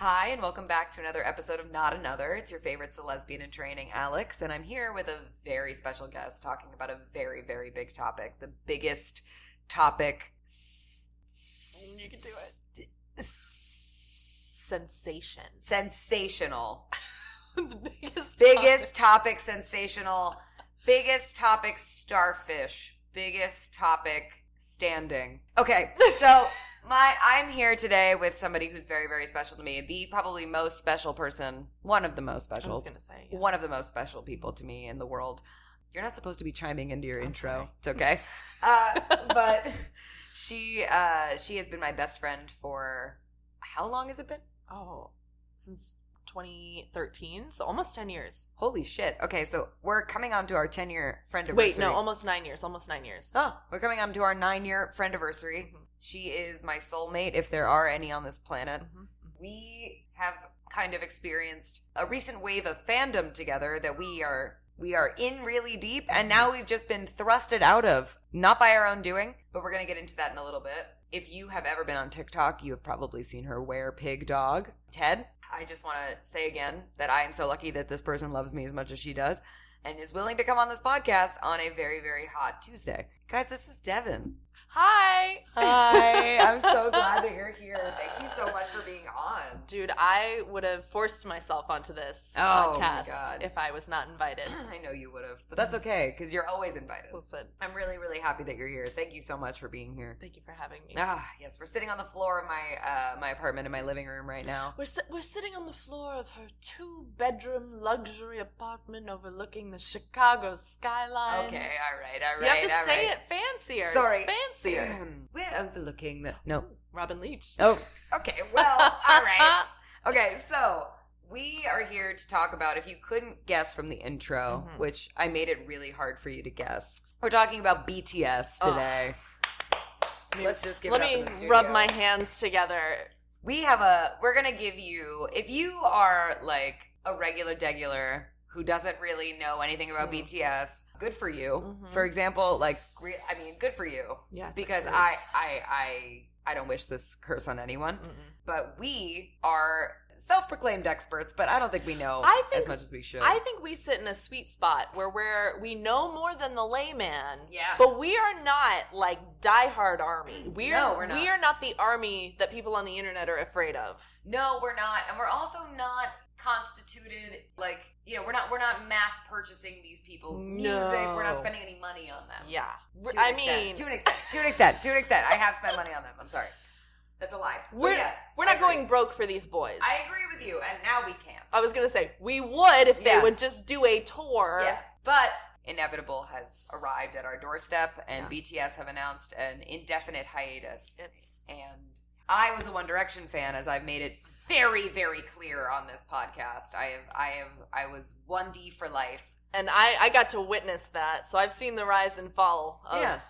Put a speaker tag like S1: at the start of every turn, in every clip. S1: and welcome back to another episode of Not Another. It's your favorite lesbian in training, Alex, and I'm here with a very special guest talking about a very, very big topic, the biggest topic.
S2: You can do it.
S3: Sensation.
S1: Sensational.
S3: the biggest.
S1: biggest topic sensational biggest topic starfish biggest topic standing okay so my i'm here today with somebody who's very very special to me the probably most special person one of the most
S3: I was
S1: special
S3: gonna say. yeah.
S1: one of the most special people to me in the world you're not supposed to be chiming into your
S3: I'm
S1: intro
S3: sorry.
S1: it's okay uh, but she uh she has been my best friend for how long has it been
S3: Oh, since 2013, so almost 10 years.
S1: Holy shit. Okay, so we're coming on to our 10 year friend
S3: Wait, no, almost nine years. Almost nine years.
S1: Oh, we're coming on to our nine year friend anniversary.
S3: Mhm.
S1: She is my soulmate, if there are any on this planet.
S3: Mhm.
S1: We have kind of experienced a recent wave of fandom together that we are we are in really deep and now we've just been thrusted out of not by our own doing but we're going to get into that in a little bit if you have ever been on tiktok you have probably seen her wear pig dog ted i just want to say again that i am so lucky that this person loves me as much as she does and is willing to come on this podcast on a very very hot tuesday guys this is devin
S3: Hi.
S1: hi i'm so glad that you're here thank you so much for being on
S3: Dude, I would have forced myself onto this
S1: Oh, my God.
S3: podcast if I was not invited.
S1: I know you would have, but that's okay because you're always invited.
S3: Listen,
S1: I'm really, really happy that you're here. Thank you so much for being here.
S3: thank you for having me.
S1: Ah, yes, we're sitting on the floor of my uh, my apartment in my living room right now.
S3: We're, si- we're sitting on the floor of her two bedroom luxury apartment overlooking the Chicago skyline.
S1: Okay, all right, all right.
S3: You have to
S1: all
S3: say
S1: right.
S3: it fancier.
S1: Sorry.
S3: It's fancier.
S1: we're overlooking the no.
S3: Robin Leach.
S1: Oh, okay. Well, all right. Okay, so we are here to talk about if you couldn't guess from the intro,
S3: Mhm.
S1: which I made it really hard for you to guess. We're talking about BTS
S3: Ugh.
S1: today. Let's just give
S3: Let
S1: it up in
S3: me
S1: the
S3: rub
S1: studio.
S3: my hands together.
S1: We have a. We're gonna give you. If you are like a regular degular who doesn't really know anything about
S3: Mm.
S1: BTS, good for you.
S3: Mhm.
S1: For example, like re- I mean, good for you
S3: Yeah,
S1: because I, I, I, I don't wish this curse on anyone.
S3: Mm.
S1: But we are self-proclaimed experts, but I don't think we know
S3: I think-
S1: as much as we should.
S3: I think we sit in a sweet spot where we're we know more than the layman.
S1: yeah.
S3: But we are not like diehard army. We are
S1: No, we're not.
S3: we are not the army that people on the internet are afraid of.
S1: No, we're not, and we're also not constituted like you know we're not we're not mass purchasing these people's music. We're
S3: No.
S1: not spending any money on them.
S3: Yeah.
S1: To an
S3: I
S1: extent.
S3: mean
S1: to an extent, to an extent, to an extent. I have spent money on them. I'm sorry, that's a lie. But
S3: we're
S1: yes,
S3: we're
S1: I
S3: not
S1: agree.
S3: going Oh, broke for these boys.
S1: I agree with you, and now we can't.
S3: I was gonna say we would if
S1: Yeah.
S3: they would just do a tour.
S1: Yeah, but inevitable has arrived at our doorstep, and
S3: Yeah.
S1: BTS have announced an indefinite hiatus.
S3: It's
S1: and I was a One Direction fan, as I've made it very, very clear on this podcast. I have, I have, I was one D for life.
S3: and I, I got to witness that, so I've seen the rise and fall of
S1: Yeah.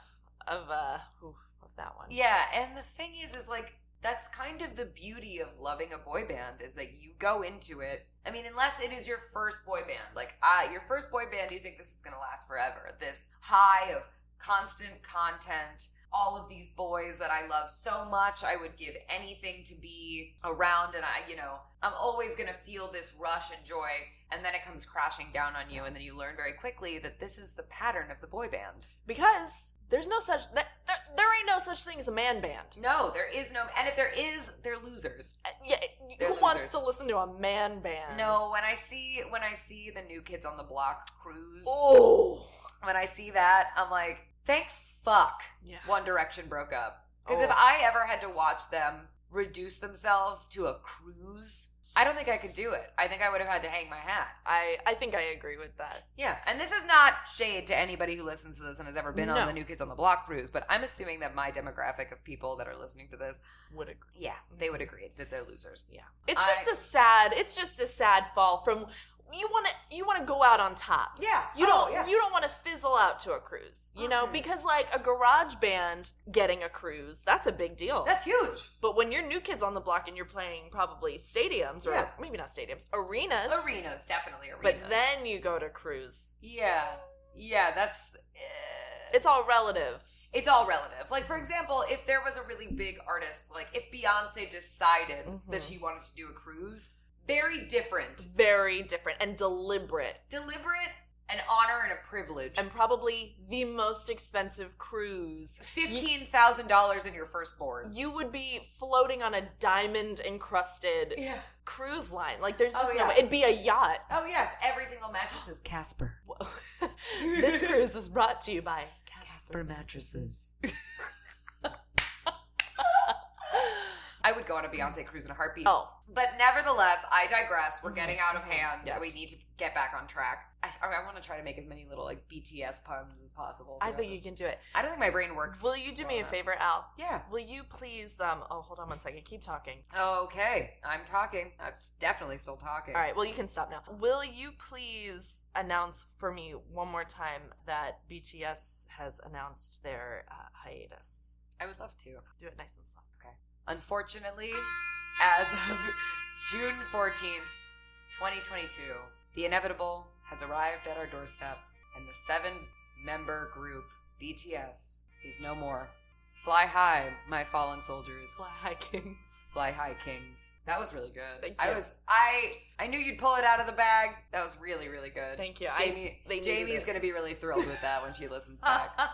S3: of uh ooh, of that one.
S1: Yeah, and the thing is, is like that's kind of the beauty of loving a boy band is that you go into it. I mean, unless it is your first boy band, like ah, your first boy band, you think this is going to last forever. This high of constant content, all of these boys that I love so much, I would give anything to be around, and I, you know, I'm always going to feel this rush and joy. And then it comes crashing down on you, and then you learn very quickly that this is the pattern of the boy band.
S3: Because there's no such that there, there ain't no such thing as a man band.
S1: No, there is no, and if there is, they're losers.
S3: Uh, Yeah, who
S1: They're
S3: wants
S1: losers.
S3: to listen to a man band?
S1: No, when I see when I see the new kids on the block cruise,
S3: Oh.
S1: when I see that, I'm like, thank fuck
S3: Yeah.
S1: One Direction broke up. Because if
S3: Oh.
S1: I ever had to watch them reduce themselves to a cruise, I don't think I could do it. I think I would have had to hang my hat.
S3: I I think I agree with that.
S1: Yeah, and this is not shade to anybody who listens to this and has ever been
S3: No.
S1: on the New Kids on the Block cruise, but I'm assuming that my demographic of people that are listening to this,
S3: Would agree.
S1: yeah, they would agree that they're losers.
S3: It's
S1: I-
S3: just a sad. It's just a sad fall from you want to you want to go out on top.
S1: Yeah,
S3: You
S1: Oh,
S3: don't
S1: yeah.
S3: you don't want to fizzle out to a cruise, you know,
S1: Mm-mm.
S3: because like a garage band getting a cruise, that's a big deal.
S1: That's huge.
S3: but when you're new kids on the block and you're playing probably stadiums or
S1: Yeah.
S3: maybe not stadiums, arenas,
S1: Arenas, definitely arenas.
S3: But then you go to cruise.
S1: Yeah. Yeah, that's. eh.
S3: It's all relative.
S1: it's all relative. Like, for example, if there was a really big artist, like if Beyonce decided that
S3: Mhm.
S1: she wanted to do a cruise, very different,
S3: Very different and deliberate,
S1: deliberate, an honor and a privilege.
S3: and probably the most expensive cruise.
S1: Fifteen thousand dollars in your firstborn.
S3: You would be floating on a diamond encrusted
S1: Yeah.
S3: cruise line. Like, there's
S1: Oh,
S3: just
S1: yeah.
S3: no way. It'd be a yacht.
S1: Oh yes, every single mattress is Casper.
S3: this cruise was brought to you by Casper.
S1: mattresses. I would go on a Beyonce cruise in a heartbeat.
S3: Oh,
S1: But nevertheless, I digress. We're getting out of hand.
S3: Mm-hmm. Yes.
S1: We need to get back on track. I, I want to try to make as many little like BTS puns as possible.
S3: I think you can do it.
S1: I don't think my brain works.
S3: Will you do me a
S1: Alright.
S3: favor, Al?
S1: yeah.
S3: Will you please? Um. Oh, hold on one second. Keep talking.
S1: Okay. I'm talking. I'm s- definitely still talking.
S3: All right. Well, you can stop now. Will you please announce for me one more time that BTS has announced their uh, hiatus?
S1: I would love to.
S3: Do it nice and slow.
S1: Unfortunately, as of June 14th, 2022, the inevitable has arrived at our doorstep, and the seven member group BTS is no more. Fly high, my fallen soldiers.
S3: Fly high kings.
S1: Fly high kings. That was really good.
S3: Thank
S1: I
S3: you.
S1: was I I knew you'd pull it out of the bag. That was really really good.
S3: Thank you.
S1: Jamie,
S3: I, they needed
S1: Jamie's
S3: it.
S1: gonna be really thrilled with that when she listens back.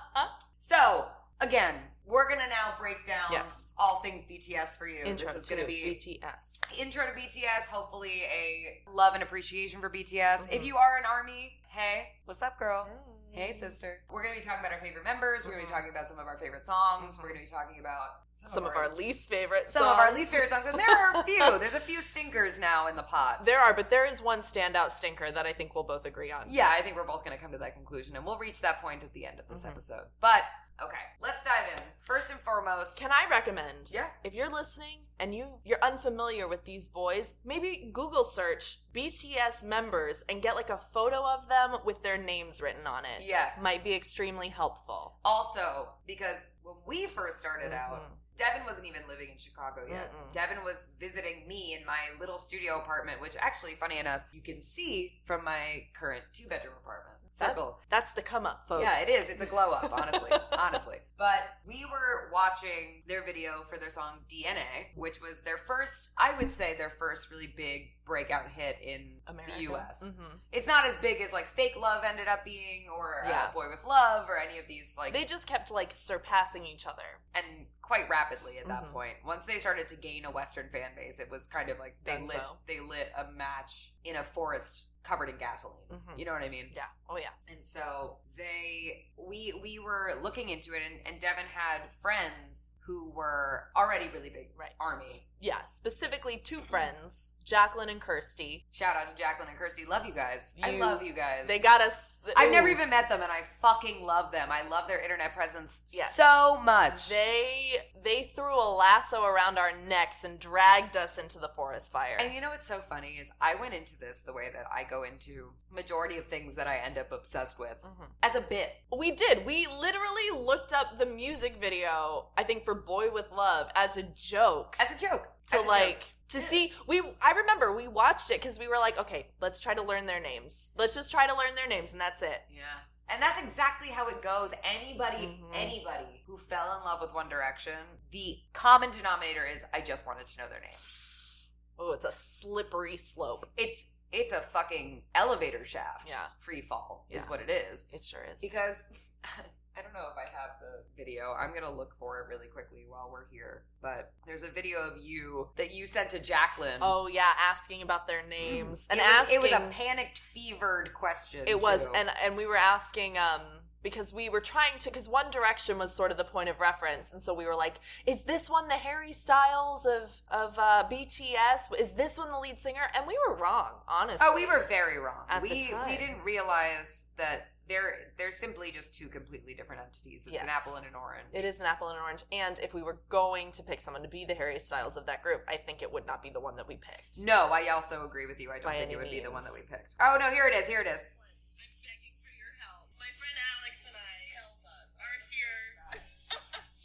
S1: So again, we're gonna now break down
S3: Yes.
S1: all things BTS for you.
S3: Intro
S1: this is gonna
S3: to
S1: be
S3: BTS.
S1: intro to BTS. Hopefully, a love and appreciation for BTS. If
S3: Mhm.
S1: you are an army, hey, what's up, girl? Hey, sister. We're gonna be talking about our favorite members. We're gonna be
S3: Mhm.
S1: talking about some of our favorite songs.
S3: Mhm.
S1: We're gonna be talking about
S3: Some of our least favorite.
S1: some of our
S3: songs.
S1: least favorite songs, and there are a few. There's a few stinkers now in the pot.
S3: There are, but there is one standout stinker that I think we'll both agree on.
S1: Yeah, I think we're both going to come to that conclusion, and we'll reach that point at the end of this
S3: Mhm.
S1: episode. But okay, let's dive in. First and foremost,
S3: Can I recommend?
S1: Yeah.
S3: If you're listening and you you're unfamiliar with these boys, maybe Google search BTS members and get like a photo of them with their names written on it.
S1: yes,
S3: Might be extremely helpful.
S1: also because when we first started out,
S3: Mhm.
S1: Devin wasn't even living in Chicago yet.
S3: Mm-mm.
S1: Devin was visiting me in my little studio apartment, which actually, funny enough, you can see from my current two bedroom apartment.
S3: That-
S1: Circle.
S3: That's the come up, folks.
S1: Yeah, it is. It's a glow up, honestly. honestly. But we were watching their video for their song DNA, which was their first, I would say, their first really big breakout hit in
S3: America.
S1: the US.
S3: Mhm.
S1: It's not as big as like Fake Love ended up being or uh,
S3: Yeah.
S1: Boy with Love or any of these like
S3: They just kept like surpassing each other.
S1: and quite rapidly at that
S3: Mhm.
S1: point. Once they started to gain a Western fan base, it was kind of like they
S3: Dunzo.
S1: lit they lit a match in a forest covered in gasoline.
S3: Mhm.
S1: You know what I mean?
S3: Yeah. Oh yeah.
S1: And so they we we were looking into it, and, and Devin had friends who were already really big
S3: Right.
S1: army.
S3: Yeah. Specifically, two friends, Jacqueline and Kirsty.
S1: Shout out to Jacqueline and Kirsty. Love you guys. I
S3: You-
S1: love you guys.
S3: They got us.
S1: I've never
S3: Ooh.
S1: even met them, and I fucking love them. I love their internet presence
S3: Yes.
S1: so much.
S3: They they threw a lasso around our necks and dragged us into the forest fire.
S1: And you know what's so funny is I went into this the way that I go into majority of things that I end up obsessed with
S3: Mhm.
S1: as a bit.
S3: We did. We literally looked up the music video. I think for "Boy with Love" as a joke
S1: As a joke.
S3: to
S1: As a joke.
S3: like to
S1: Yeah.
S3: see. We I remember we watched it because we were like, okay, let's try to learn their names. Let's just try to learn their names, and that's it.
S1: Yeah. And that's exactly how it goes. Anybody,
S3: Mhm.
S1: anybody who fell in love with One Direction, the common denominator is I just wanted to know their names.
S3: Oh, it's a slippery slope.
S1: It's it's a fucking elevator shaft.
S3: Yeah.
S1: Free fall is
S3: Yeah.
S1: what it is.
S3: It sure is.
S1: Because I don't know if I have the video. I'm gonna look for it really quickly while we're here. But there's a video of you that you sent to Jacqueline.
S3: oh yeah, asking about their names and
S1: Mm. it was,
S3: asking
S1: it was a panicked, fevered question.
S3: It was,
S1: too.
S3: and and we were asking um because we were trying to because One Direction was sort of the point of reference, and so we were like, is this one the Harry Styles of of uh, BTS? Is this one the lead singer? And we were wrong, honestly.
S1: Oh, we were very wrong.
S3: At the
S1: we we
S3: time.
S1: didn't realize that they're they're simply just two completely different entities. It's an
S3: Yes.
S1: apple and an orange.
S3: It is an apple and an orange, and if we were going to pick someone to be the Harry Styles of that group, I think it would not be the one that we picked.
S1: No, I also agree with you. I don't
S3: By
S1: think
S3: any
S1: it would be the one that we
S3: means.
S1: picked. Oh no, here it is. Here it is.
S4: I'm begging for your help. My friend Alex and I help us are here.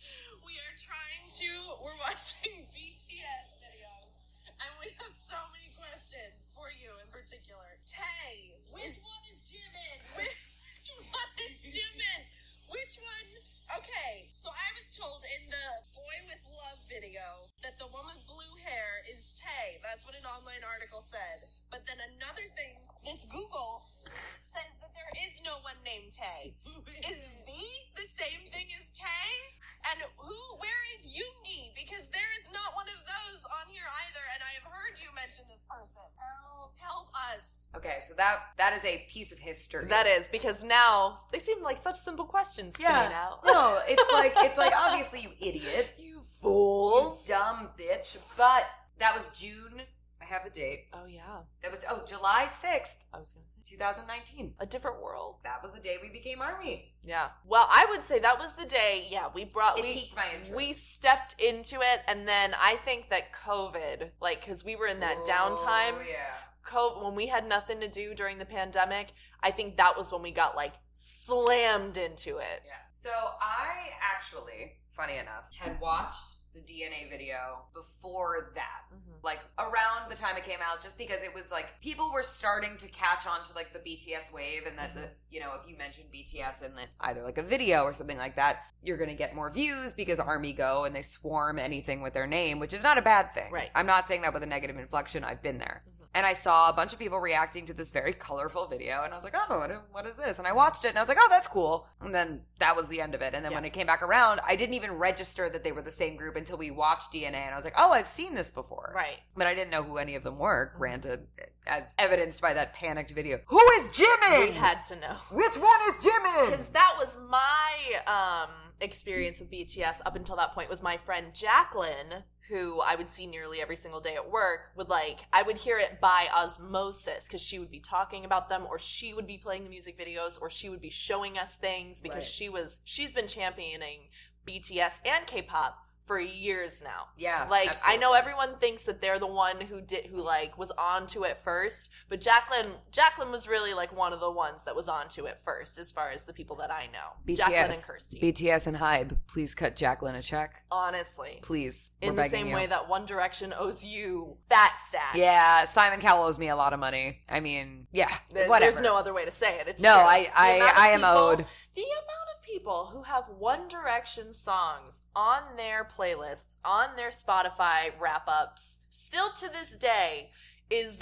S4: we are trying to. We're watching BTS videos, and we have so many questions for you in particular. Tay, which one is Jimin? Which, one is Jimin? Which one? Okay, so I was told in the Boy with Love video that the woman with blue hair is Tay. That's what an online article said. But then another thing, this Google says that there is no one named Tay. Is V the same thing as Tay? And who, where is Yoongi? Because there is not one of those on here either, and I have heard you mention this person. Help, help us.
S1: Okay, so that that is a piece of history.
S3: That is because now they seem like such simple questions to
S1: Yeah.
S3: me now.
S1: No, it's like it's like obviously you idiot, you fool, you dumb bitch. But that was June. I have the date.
S3: Oh yeah,
S1: That was oh July sixth,
S3: I was gonna say
S1: two thousand nineteen.
S3: a different world.
S1: That was the day we became army.
S3: Yeah. Well, I would say that was the day. Yeah, we brought
S1: It
S3: we
S1: piqued my interest.
S3: we stepped into it, and then I think that COVID, like, because we were in that downtime,
S1: Oh, yeah.
S3: COVID, when we had nothing to do during the pandemic, I think that was when we got like slammed into it.
S1: Yeah. So I actually, funny enough, had watched the DNA video before that.
S3: Mm-hmm.
S1: Like around the time it came out, just because it was like people were starting to catch on to like the BTS wave, and that the you know if you mentioned BTS in like, either like a video or something like that, you're gonna get more views because Army go and they swarm anything with their name, which is not a bad thing.
S3: Right.
S1: I'm not saying that with a negative inflection. I've been there. And I saw a bunch of people reacting to this very colorful video, and I was like, oh, what, what is this? And I watched it, and I was like, oh, that's cool. And then that was the end of it. And then when it came back around, I didn't even register that they were the same group until we watched DNA, and I was like, oh, I've seen this before.
S3: Right.
S1: But I didn't know who any of them were, granted, as evidenced by that panicked video. Who is Jimmy?
S3: We had to know.
S1: Which one is Jimmy?
S3: because that was my um experience with BTS up until that point was my friend Jacqueline who I would see nearly every single day at work would like I would hear it by osmosis cuz she would be talking about them or she would be playing the music videos or she would be showing us things because
S1: Right.
S3: she was she's been championing BTS and K-pop for years now.
S1: Yeah.
S3: Like I know
S1: absolutely.
S3: everyone thinks that they're the one who did who like was onto it first, but Jacqueline Jacqueline was really like one of the ones that was onto it first as far as the people that I know. Jacqueline and
S1: BTS.
S3: Kirsty.
S1: BTS and Hybe, please cut Jacqueline a check.
S3: honestly.
S1: Please.
S3: In
S1: We're
S3: the
S1: begging
S3: same
S1: you.
S3: way that One Direction owes you fat stacks.
S1: Yeah, Simon Cowell owes me a lot of money. I mean, yeah,
S3: Th-
S1: whatever.
S3: There's no other way to say it. It's
S1: No,
S3: true.
S1: I-
S3: The
S1: I-
S3: amount of
S1: I am owed.
S3: The amount of people who have One Direction songs on their playlists, on their Spotify wrap ups, still to this day, is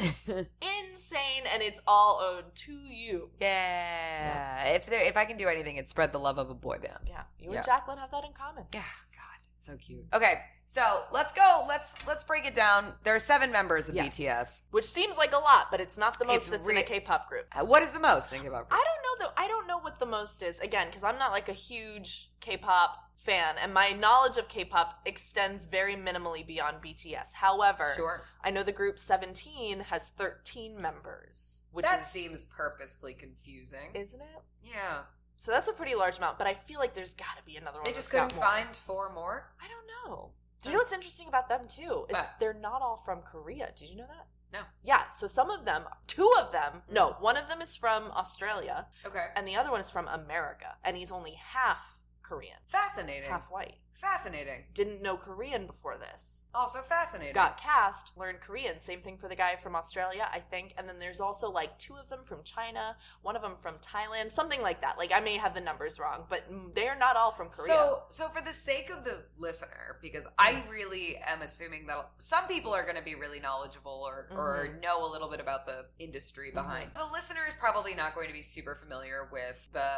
S3: insane, and it's all owed to you.
S1: yeah. If there, if I can do anything, it's spread the love of a boy band.
S3: Yeah, you
S1: Yeah.
S3: and Jacqueline have that in common.
S1: Yeah, God, so cute. Okay, so let's go. Let's let's break it down. There are seven members of
S3: Yes.
S1: BTS.
S3: Which seems like a lot, but it's not the most
S1: It's
S3: that's in
S1: re-
S3: a K-pop group.
S1: Uh, What is the most? Think about.
S3: I don't know though. I don't know what the most is again because I'm not like a huge K-pop fan, and my knowledge of K-pop extends very minimally beyond BTS. However,
S1: Sure.
S3: I know the group Seventeen has 13 members, which
S1: that
S3: is-
S1: seems purposefully confusing.
S3: isn't it?
S1: yeah,
S3: So that's a pretty large amount, but I feel like there's got to be another one.
S1: they
S3: that's
S1: just couldn't
S3: got more.
S1: find four more.
S3: I don't know. Do you know what's interesting about them too? Is
S1: What?
S3: they're not all from Korea. Did you know that?
S1: No. Mm.
S3: Yeah. So some of them, two of them, no, one of them is from Australia,
S1: Okay,
S3: and the other one is from America, and he's only half Korean,
S1: fascinating.
S3: half white.
S1: Fascinating.
S3: Didn't know Korean before this.
S1: Also fascinating.
S3: Got cast, learned Korean. Same thing for the guy from Australia, I think. And then there's also like two of them from China, one of them from Thailand, something like that. Like I may have the numbers wrong, but they're not all from Korea.
S1: So, so for the sake of the listener, because I really am assuming that some people are going to be really knowledgeable or, or know a little bit about the industry behind. The listener is probably not going to be super familiar with the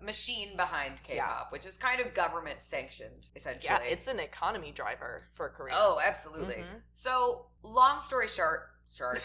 S1: machine behind K-pop, which is kind of government sanctioned, essentially.
S3: yeah, it's an economy driver for Korea.
S1: oh, absolutely.
S3: Mhm.
S1: So, long story short, short.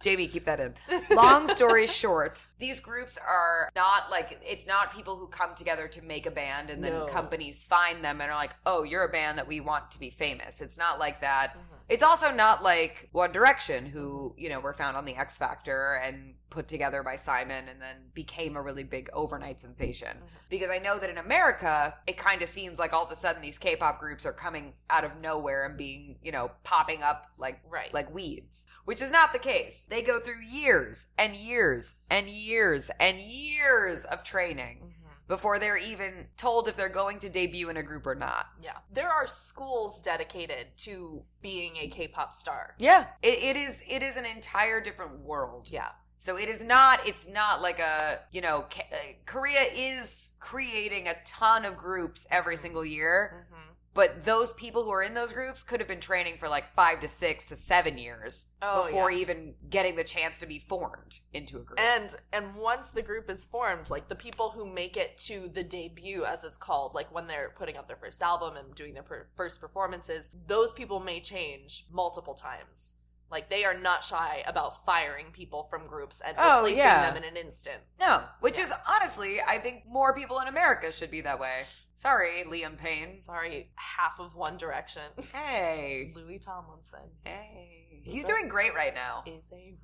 S1: Jamie, keep that in. Long story short, these groups are not like it's not people who come together to make a band and then
S3: No.
S1: companies find them and are like, "Oh, you're a band that we want to be famous." It's not like that.
S3: Mhm.
S1: It's also not like One Direction who, you know, were found on the X Factor and put together by Simon and then became a really big overnight sensation. Because I know that in America, it kind of seems like all of a sudden these K-pop groups are coming out of nowhere and being, you know, popping up like
S3: Right.
S1: like weeds, which is not the case. They go through years and years and years and years of training before they're even told if they're going to debut in a group or not.
S3: Yeah. There are schools dedicated to being a K pop star.
S1: Yeah, it, it is. It is an entire different world.
S3: Yeah.
S1: So it is not, it's not like a, you know, K- uh, Korea is creating a ton of groups every single year,
S3: Mm-hmm.
S1: but those people who are in those groups could have been training for like five to six to seven years
S3: Oh,
S1: before even getting the chance to be formed into a group.
S3: And and once the group is formed, like the people who make it to the debut, as it's called, like when they're putting out their first album and doing their per- first performances, those people may change multiple times. Like they are not shy about firing people from groups and
S1: Oh,
S3: replacing
S1: yeah.
S3: them in an instant.
S1: no, which is honestly, I think more people in America should be that way. Sorry, Liam Payne.
S3: Sorry, half of One Direction.
S1: Hey.
S3: Louis Tomlinson
S1: Hey. He's doing great right now.
S3: is a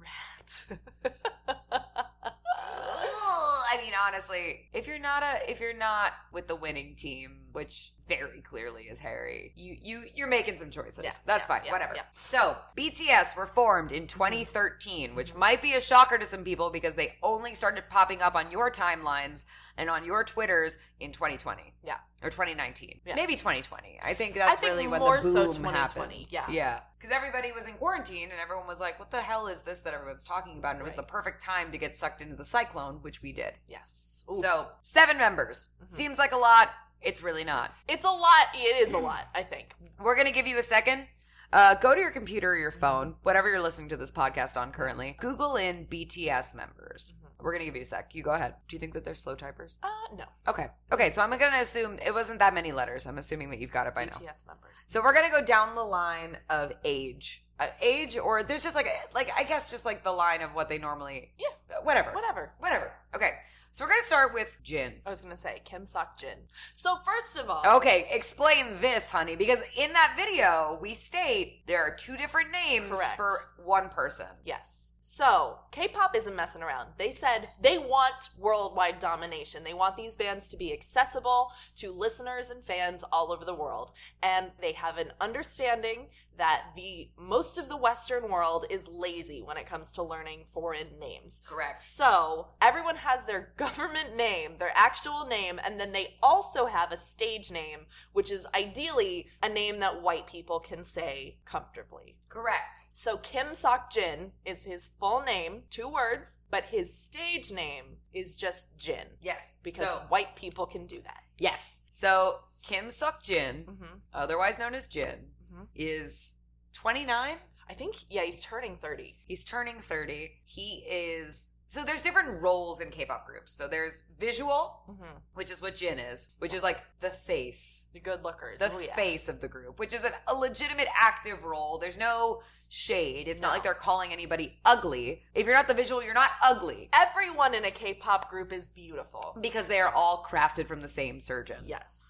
S3: rat.
S1: I mean, honestly, if you're not a if you're not with the winning team, which very clearly is Harry, you you you're making some choices.
S3: Yeah,
S1: That's
S3: yeah,
S1: fine,
S3: yeah,
S1: whatever.
S3: yeah.
S1: So BTS were formed in 2013, which might be a shocker to some people because they only started popping up on your timelines and on your Twitters in 2020.
S3: Yeah.
S1: or 2019,
S3: Yeah.
S1: maybe 2020. I think that's
S3: I think
S1: really when
S3: more
S1: the boom
S3: so
S1: happened.
S3: 2020, yeah.
S1: yeah, because everybody was in quarantine and everyone was like, "What the hell is this that everyone's talking about?" And it was
S3: Right.
S1: the perfect time to get sucked into the cyclone, which we did.
S3: yes. Ooh.
S1: So seven members
S3: Mhm.
S1: seems like a lot. It's really not.
S3: it's a lot. It is a lot, I think.
S1: We're gonna give you a second. Uh, go to your computer or your phone, whatever you're listening to this podcast on currently. Google in BTS members.
S3: Mm-hmm.
S1: We're gonna give you a sec. You go ahead. Do you think that they're slow typers?
S3: Uh no.
S1: Okay. Okay. So I'm gonna assume it wasn't that many letters. I'm assuming that you've got it by now.
S3: BTS members.
S1: So we're gonna go down the line of age, uh, age, or there's just like a, like I guess just like the line of what they normally
S3: Yeah.
S1: whatever
S3: Whatever.
S1: whatever. Okay, so we're gonna start with Jin.
S3: I was gonna say Kim Sok Jin. So first of all,
S1: Okay, explain this, honey, because in that video we state there are two different names
S3: Correct.
S1: for one person.
S3: yes. So K-pop isn't messing around. They said they want worldwide domination. They want these bands to be accessible to listeners and fans all over the world, and they have an understanding that the most of the Western world is lazy when it comes to learning foreign names.
S1: Correct.
S3: So everyone has their government name, their actual name, and then they also have a stage name, which is ideally a name that white people can say comfortably.
S1: Correct.
S3: So Kim Sok Jin is his full name, two words, but his stage name is just Jin
S1: Yes.
S3: because
S1: So-
S3: white people can do that.
S1: yes. So Kim Suk Jin,
S3: Mm-hmm.
S1: otherwise known as Jin,
S3: Mhm.
S1: is 29.
S3: I think yeah, he's turning thirty.
S1: He's turning 30. He is. So there's different roles in K-pop groups. So there's visual,
S3: Mm-hmm.
S1: which is what Jin is, which is like the face,
S3: The good lookers.
S1: the
S3: Oh, yeah.
S1: face of the group, which is an, a legitimate active role. There's no shade. It's not
S3: No.
S1: like they're calling anybody ugly. If you're not the visual, you're not ugly
S3: Everyone in a K-pop group is beautiful.
S1: because they are all crafted from the same surgeon.
S3: Yes.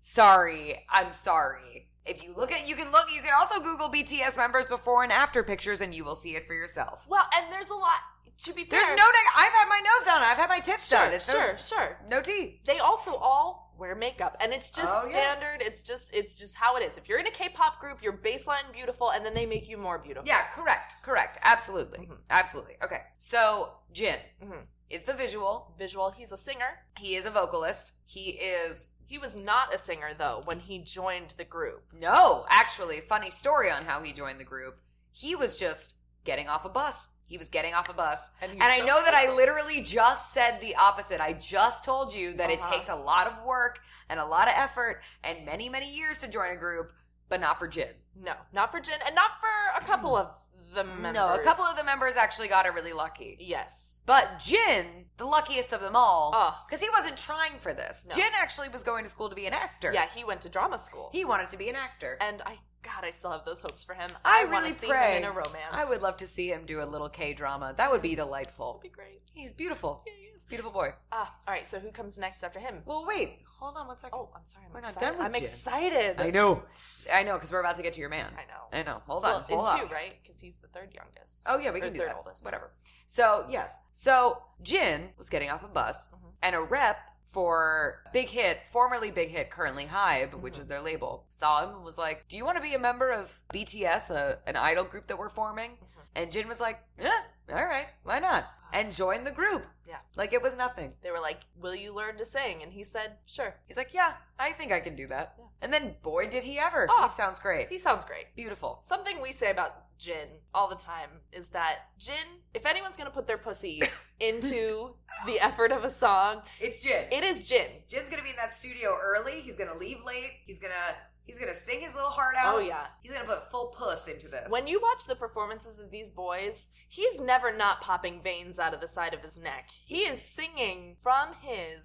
S1: Sorry, I'm sorry. If you look at, you can look, you can also Google BTS members before and after pictures and you will see it for yourself.
S3: Well, and there's a lot to be fair.
S1: There's no, neg- I've had my nose done. I've had my tits
S3: sure,
S1: done. It's no-
S3: sure, sure.
S1: No tea.
S3: They also all wear makeup, and it's just
S1: Oh, yeah.
S3: standard. It's just it's just how it is. If you're in a K-pop group, you're baseline beautiful, and then they make you more beautiful.
S1: Yeah, correct, correct. Absolutely.
S3: Mhm.
S1: Absolutely. Okay. So, Jin
S3: Mhm.
S1: is the visual.
S3: Visual. He's a singer.
S1: He is a vocalist. He is.
S3: He was not a singer though when he joined the group.
S1: No, actually, funny story on how he joined the group. He was just getting off a bus. He was getting off a bus.
S3: And, he's
S1: And I
S3: so-
S1: know that I literally just said the opposite. I just told you that
S3: Uh-huh.
S1: it takes a lot of work and a lot of effort and many, many years to join a group, but not for Jin.
S3: no, not for Jin, and not for a couple of the members.
S1: No, a couple of the members actually got it really lucky.
S3: yes.
S1: But Jin, the luckiest of them all,
S3: Oh,
S1: because he wasn't trying for this.
S3: No.
S1: Jin actually was going to school to be an actor.
S3: yeah. He went to drama school,
S1: He wanted to be an actor.
S3: and I God, I still have those hopes for him.
S1: I
S3: want
S1: really
S3: to see
S1: pray.
S3: him in a romance.
S1: I would love to see him do a little K drama. That would be
S3: That'd
S1: delightful.
S3: be great.
S1: He's beautiful.
S3: Yeah, he is.
S1: Beautiful boy.
S3: Ah, all right. So who comes next after him?
S1: Well, wait. Hold on one second.
S3: Oh, I'm sorry. I'm
S1: We're not
S3: excited.
S1: done with
S3: I'm
S1: Jin.
S3: excited.
S1: I know. I know, because we're about to get to your man.
S3: I know.
S1: I know. Hold
S3: Well,
S1: on. Hold on.
S3: in two, right? Because he's the third youngest.
S1: Oh yeah, we
S3: Or
S1: can do
S3: third
S1: that.
S3: oldest.
S1: Whatever. So yes, so Jin was getting off a bus,
S3: Mhm.
S1: and a rep for Big Hit, formerly Big Hit, currently Hybe, which
S3: Mhm.
S1: is their label, saw him and was like, "Do you want to be a member of BTS, a, an idol group that we're forming?"
S3: Mhm.
S1: And Jin was like, "Yeah, all right, why not? And join the group.
S3: Yeah.
S1: Like it was nothing.
S3: They were like, Will you learn to sing? And he said, Sure.
S1: He's like, yeah, I think I can do that.
S3: Yeah.
S1: And then boy, did he ever.
S3: Oh.
S1: he sounds great.
S3: He sounds great.
S1: beautiful.
S3: Something we say about gin all the time is that gin, if anyone's going to put their pussy into the effort of a song,
S1: It's Jin.
S3: it is gin.
S1: Jin's gonna be in that studio early. He's gonna leave late. He's gonna he's gonna sing his little heart out.
S3: Oh, yeah.
S1: He's gonna put full puss into this.
S3: When you watch the performances of these boys, he's never not popping veins out of the side of his neck. He is singing from his.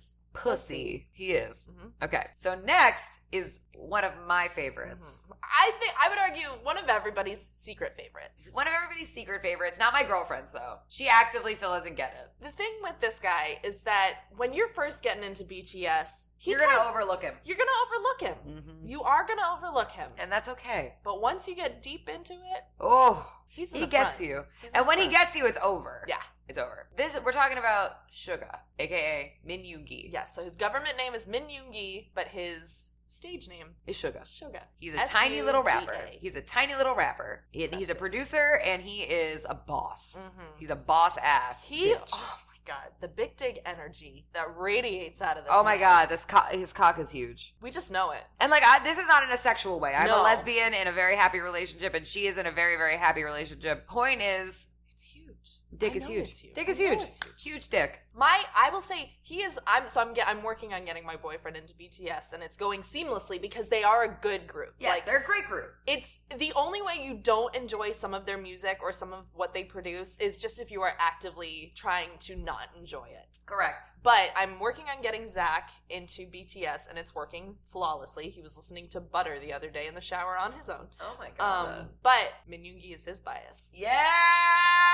S1: pussy, he is.
S3: Mhm.
S1: Okay. So next is one of my favorites.
S3: Mm-hmm. I think I would argue one of everybody's secret favorites.
S1: One of everybody's secret favorites. Not my girlfriend's though. She actively still doesn't get it.
S3: The thing with this guy is that when you're first getting into BTS, he Mm-hmm.
S1: You're gonna
S3: kinda-
S1: overlook him.
S3: you're gonna overlook him. You are gonna overlook him.
S1: And that's okay.
S3: But once you get deep into it,
S1: Oh,
S3: he's in
S1: he
S3: the
S1: gets
S3: front.
S1: you.
S3: He's in
S1: And
S3: the
S1: when he
S3: front.
S1: gets you, it's over.
S3: Yeah.
S1: It's over. This we're talking about Suga, aka Min Yoongi.
S3: yeah, so his government name is Min Yoongi, but his stage name
S1: Is Suga.
S3: is Suga.
S1: He's a tiny little rapper.
S3: S-U-G-A.
S1: He's a tiny little rapper.
S3: It's
S1: And he's a
S3: precious.
S1: producer and he is a boss.
S3: Mm-hmm.
S1: He's a boss ass.
S3: He,
S1: bitch. Oh,
S3: oh my god, the big dig energy that radiates out of this.
S1: Oh my
S3: man.
S1: god, this co- his cock is huge.
S3: we just know it.
S1: And like, I, this is not in a sexual way. I'm a
S3: No.
S1: lesbian in a very happy relationship, and she is in a very very happy relationship. Point is,
S3: It's huge.
S1: dick
S3: I
S1: is
S3: know
S1: huge.
S3: it's huge.
S1: Dick
S3: I
S1: is
S3: know
S1: huge.
S3: it's huge.
S1: Huge dick.
S3: My, I will say he is. I'm so I'm. Get, I'm working on getting my boyfriend into BTS, and it's going seamlessly because they are a good group.
S1: Yes,
S3: like,
S1: they're a great group.
S3: it's the only way you don't enjoy some of their music or some of what they produce is just if you are actively trying to not enjoy it.
S1: Correct.
S3: But I'm working on getting Zach into BTS, and it's working flawlessly. He was listening to Butter the other day in the shower on his own.
S1: Oh my god.
S3: Um, but Minyungi is his bias.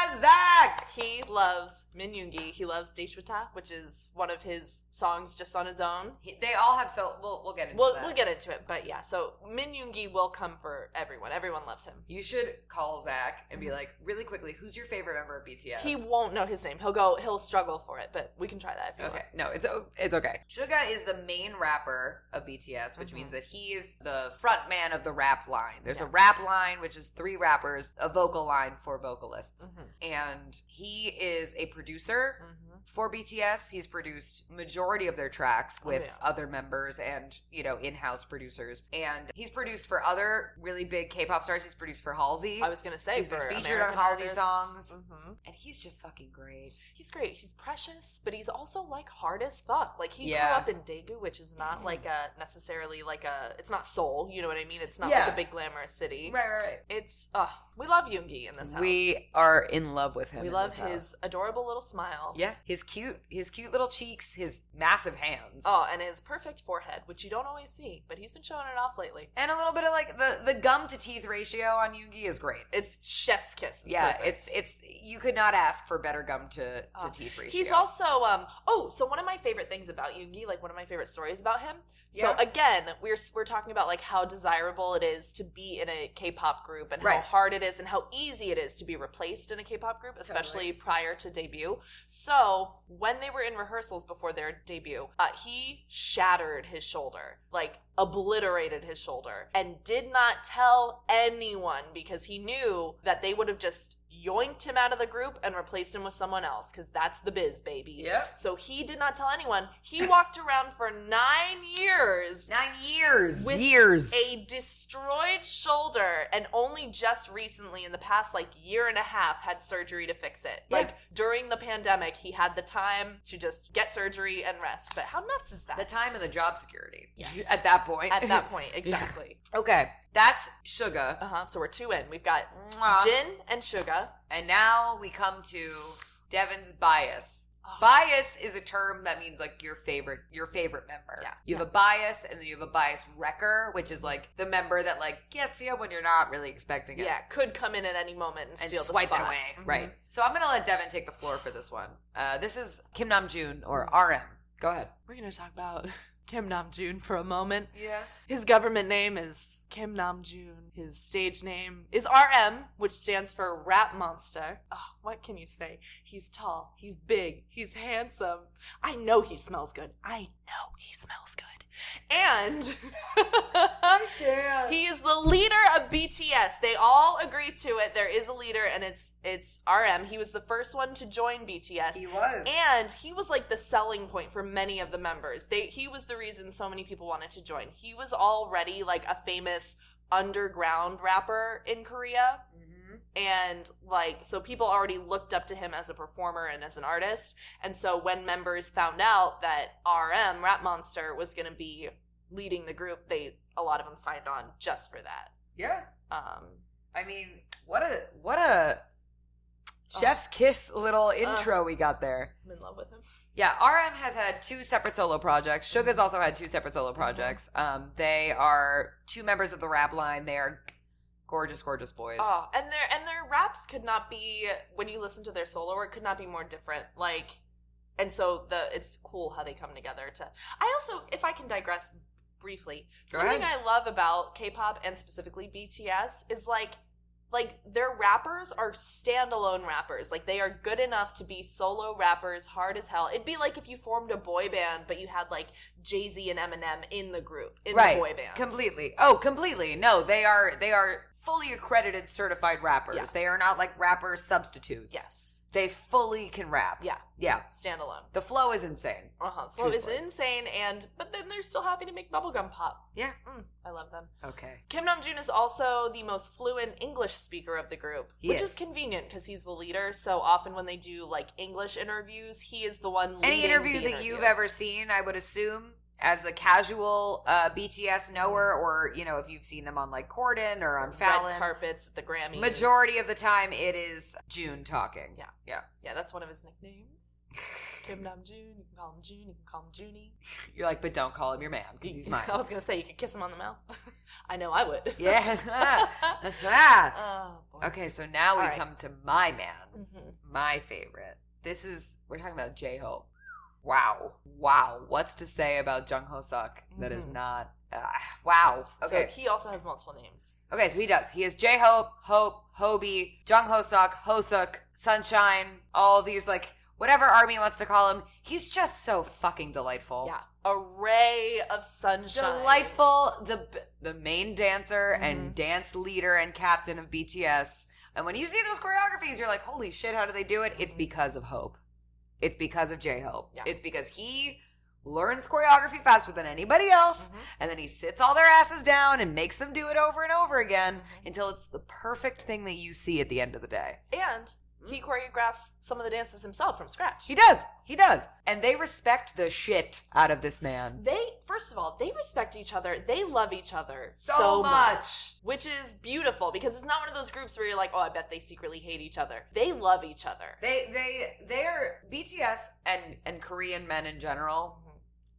S1: yes, Zach.
S3: He loves Minyungi. He loves Deshwata, which is one of his songs just on his own.
S1: He, they all have so. We'll we'll get into
S3: We'll,
S1: that.
S3: we'll get into it, but yeah. So Minyungi will come for everyone. Everyone loves him.
S1: You should call Zach and be like, really quickly, who's your favorite member of BTS?
S3: He won't know his name. He'll go. He'll struggle for it, but we can try that if you
S1: Okay, no, it's o- it's okay. Suga is the main rapper of BTS, which
S3: Mhm.
S1: means that he is the front man of the rap line. There's a
S3: Yeah.
S1: rap line, which is three rappers, a vocal line, four vocalists,
S3: want.
S1: and he is a producer
S3: Mm-hmm.
S1: for BTS. He's produced majority of their tracks
S3: Oh,
S1: with
S3: yeah.
S1: other members and you know in-house producers, and he's produced for other really big K-pop stars. He's produced for Halsey,
S3: I was gonna say
S1: He's
S3: for
S1: been featured on
S3: American
S1: Halsey
S3: artists.
S1: songs. Mm-hmm.
S3: Mhm.
S1: and he's just fucking great.
S3: He's great. He's precious, but he's also like hard as fuck. Like he
S1: Yeah.
S3: grew up in Daegu, which is not like a necessarily like a. It's not Seoul. You know what I mean? It's not
S1: Yeah.
S3: like a big glamorous city.
S1: right, right.
S3: It's uh we love Yoongi in this house.
S1: We are in love with him.
S3: we
S1: in
S3: love
S1: this house.
S3: his adorable little smile.
S1: Yeah, his cute, his cute little cheeks, his massive hands,
S3: Oh, and his perfect forehead, which you don't always see, but he's been showing it off lately.
S1: and a little bit of like the the gum to teeth ratio on Yugi is great.
S3: It's chef's kiss. It's
S1: yeah, it's
S3: perfect.
S1: it's you could not ask for better gum to to
S3: Oh.
S1: teeth ratio.
S3: He's also um oh so one of my favorite things about Yoongi like one of my favorite stories about him.
S1: Yeah.
S3: So again, we're we're talking about like how desirable it is to be in a K-pop group and
S1: Right.
S3: how hard it is and how easy it is to be replaced in a K-pop group, especially prior to debut. So when they were in rehearsals before their debut, uh, he shattered his shoulder, like obliterated his shoulder, and did not tell anyone because he knew that they would have just yoinked him out of the group and replaced him with someone else because that's the biz, baby.
S1: Yep.
S3: So he did not tell anyone. He walked around for nine years
S1: nine years,
S3: With
S1: years.
S3: a destroyed shoulder and only just recently in the past like year and a half had surgery to fix it
S1: Yeah.
S3: like during the pandemic he had the time to just get surgery and rest but how nuts is that
S1: the time and the job security.
S3: Yes.
S1: At that point.
S3: at that point exactly
S1: okay, that's Suga.
S3: uh-huh so we're two in we've got
S1: Mwah.
S3: gin and sugar
S1: And now we come to Devin's bias. Bias is a term that means like your favorite your favorite member.
S3: Yeah.
S1: You have a bias and then you have a bias wrecker, which is like the member that like gets you when you're not really expecting it.
S3: yeah could come in at any moment and,
S1: And
S3: steal
S1: swipe
S3: the
S1: it
S3: spot.
S1: away.
S3: Mhm.
S1: Right. So I'm gonna let Devin take the floor for this one. Uh, this is Kim Nam June or RM. Go ahead.
S5: We're gonna talk about Kim Namjoon for a moment.
S1: Yeah.
S5: His government name is Kim Namjoon. His stage name is RM, which stands for Rap Monster. Oh, what can you say? He's tall, he's big, he's handsome. I know he smells good. I know he smells good. And
S3: He is the leader of BTS. BTS. They all agree to it. There is a leader, and it's it's RM. He was the first one to join BTS.
S1: He was.
S3: And he was like the selling point for many of the members. They he was the reason so many people wanted to join. He was already like a famous underground rapper in Korea Mm-hmm.
S1: Mhm.
S3: and like so people already looked up to him as a performer and as an artist and so when members found out that rm rap monster was going to be leading the group they a lot of them signed on just for that
S1: Yeah.
S3: um
S1: I mean, what a what a
S3: Oh.
S1: chef's kiss little intro we got there.
S3: i'm in love with him
S1: Yeah, RM has had two separate solo projects. Suga's also had two separate
S3: Mm-hmm.
S1: solo projects. Um, they are two members of the rap line. They are gorgeous, gorgeous boys.
S3: oh and their and their raps could not be when you listen to their solo work could not be more different like and so the it's cool how they come together to i also if i can digress briefly
S1: Go
S3: something i love about k-pop and specifically bts is like like their rappers are standalone rappers like they are good enough to be solo rappers hard as hell it'd be like if you formed a boy band but you had like jay-z and eminem in the group in
S1: Right.
S3: the boy band
S1: Completely. Oh, completely. No, they are they are fully accredited certified rappers.
S3: Yeah.
S1: They are not like rapper substitutes.
S3: yes
S1: They fully can rap.
S3: Yeah.
S1: Yeah.
S3: standalone
S1: The flow is insane.
S3: Uh-huh. Flow is
S1: Truthfully.
S3: insane and but then they're still happy to make bubblegum pop.
S1: Yeah.
S3: Mm, I love them.
S1: Okay.
S3: Kim Namjoon is also the most fluent English speaker of the group,
S1: He
S3: which
S1: is.
S3: is convenient because he's the leader. So often when they do like English interviews, he is the one.
S1: Any
S3: leading
S1: interview
S3: the
S1: that you've ever seen, I would assume, as the casual uh, BTS knower, or you know, if you've seen them on like Corden or on
S3: Red
S1: Fallon,
S3: carpets at the Grammys.
S1: majority of the time it is June talking.
S3: Yeah. Yeah, that's one of his nicknames. Kim Namjoon. You can call him June. You can call him Junie.
S1: You're like, but don't call him your man because he's mine.
S3: I was gonna say you could kiss him on the mouth. I know I would.
S1: yeah. Ah.
S3: oh boy.
S1: okay, so now we
S3: All right.
S1: come to my man,
S3: Mhm.
S1: my favorite. This is we're talking about J Hope. Wow, wow. What's to say about Jung Ho Suk that is
S3: Mhm.
S1: not? Uh, wow. Okay.
S3: So he also has multiple names.
S1: Okay, so he does. He has J Hope, Hope, Hobie, Jung Hosuk, Hosuk, Sunshine, all these like whatever army wants to call him. He's just so fucking delightful.
S3: Yeah. A ray of sunshine. Mm-hmm.
S1: Delightful, the the main dancer and dance leader and captain of BTS. And when you see those choreographies, you're like, "Holy shit, how do they do it?" It's because of Hope. It's because of J-Hope.
S3: Mm-hmm. Yeah.
S1: It's because he learns choreography faster than anybody else
S3: Mm-hmm.
S1: and then he sits all their asses down and makes them do it over and over again
S3: Mm-hmm.
S1: until it's the perfect thing that you see at the end of the day.
S3: And he
S1: Mm-hmm.
S3: choreographs some of the dances himself from scratch.
S1: He does. He does. And they respect the shit out of this man.
S3: They, first of all, they respect each other. They love each other so, Which is beautiful because it's not one of those groups where you're like, oh, I bet they secretly hate each other. They love each other.
S1: They they they are BTS and and Korean men in general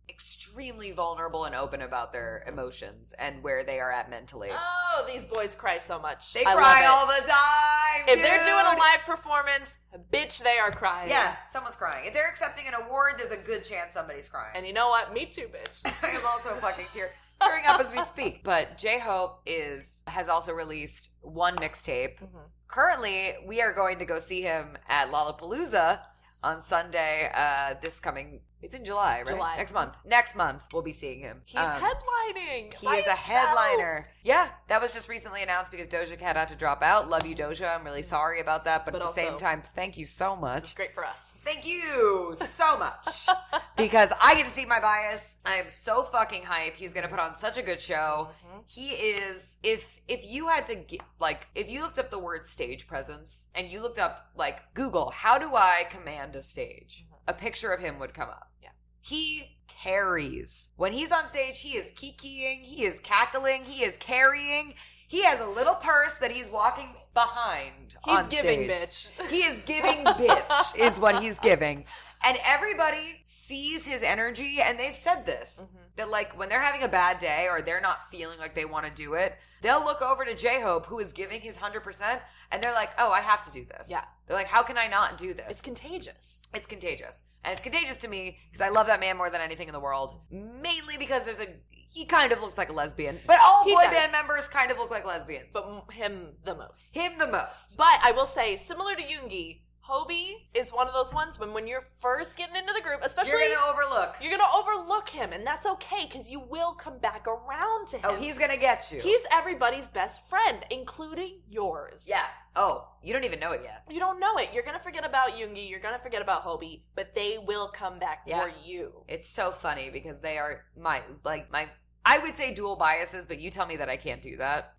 S1: extremely vulnerable and open about their emotions and where they are at mentally.
S3: Oh, these boys cry so much.
S1: they
S3: I love
S1: cry
S3: it.
S1: all the time.
S3: If they're doing a
S1: dude.
S3: live performance, bitch, they are crying.
S1: yeah, someone's crying. If they're accepting an award, there's a good chance somebody's crying.
S3: And you know what? Me too, bitch.
S1: I am also fucking tear, tearing up as we speak. But J Hope is has also released one mixtape.
S3: Mhm.
S1: Currently, we are going to go see him at Lollapalooza on Sunday. Uh, this coming, it's in July, right?
S3: July.
S1: Next month. Next month, we'll be seeing him.
S3: He's
S1: Um,
S3: headlining.
S1: he
S3: by
S1: is a
S3: himself.
S1: headliner. Yeah, that was just recently announced because Doja Cat had to drop out. Love you, Doja. I'm really sorry about that, but,
S3: Mm-hmm. But
S1: at the same
S3: also-
S1: time, thank you so
S3: This
S1: much.
S3: is great for us.
S1: Thank you so much. because I get to see my bias. I am so fucking hype. He's going to put on such a good show.
S3: Mm-hmm.
S1: He is if if you had to g like if you looked up the word stage presence and you looked up like Google, how do I command a stage? A picture of him would come up.
S3: Mm-hmm. Yeah.
S1: He carries. When he's on stage, he is kikiing, he is cackling, he is carrying. He has a little purse that he's walking behind.
S3: He's
S1: on
S3: giving,
S1: stage.
S3: bitch.
S1: He is giving bitch, is what he's giving. And everybody sees his energy, and they've said this
S3: Mm-hmm.
S1: that, like, when they're having a bad day or they're not feeling like they want to do it, they'll look over to J Hope, who is giving his 100%, and they're like, oh, I have to do this.
S3: Yeah.
S1: They're like, how can I not do this?
S3: It's contagious.
S1: It's contagious. And it's contagious to me because I love that man more than anything in the world. Mainly because there's a. He kind of looks like a lesbian. But all
S3: He
S1: boy
S3: does.
S1: band members kind of look like lesbians.
S3: but m- him the most.
S1: him the most.
S3: But I will say, similar to Yoongi, Hobie is one of those ones when when you're first getting into the group, especially
S1: You're gonna overlook.
S3: you're gonna overlook him, and that's okay because you will come back around to him.
S1: Oh, he's gonna get you.
S3: he's everybody's best friend, including yours.
S1: yeah. Oh, you don't even know it yet.
S3: You don't know it. You're gonna forget about Yoongi. You're gonna forget about Hobie, but they will come back
S1: Yeah.
S3: for you.
S1: It's so funny because they are my like my I would say dual biases, but you tell me that I can't do that.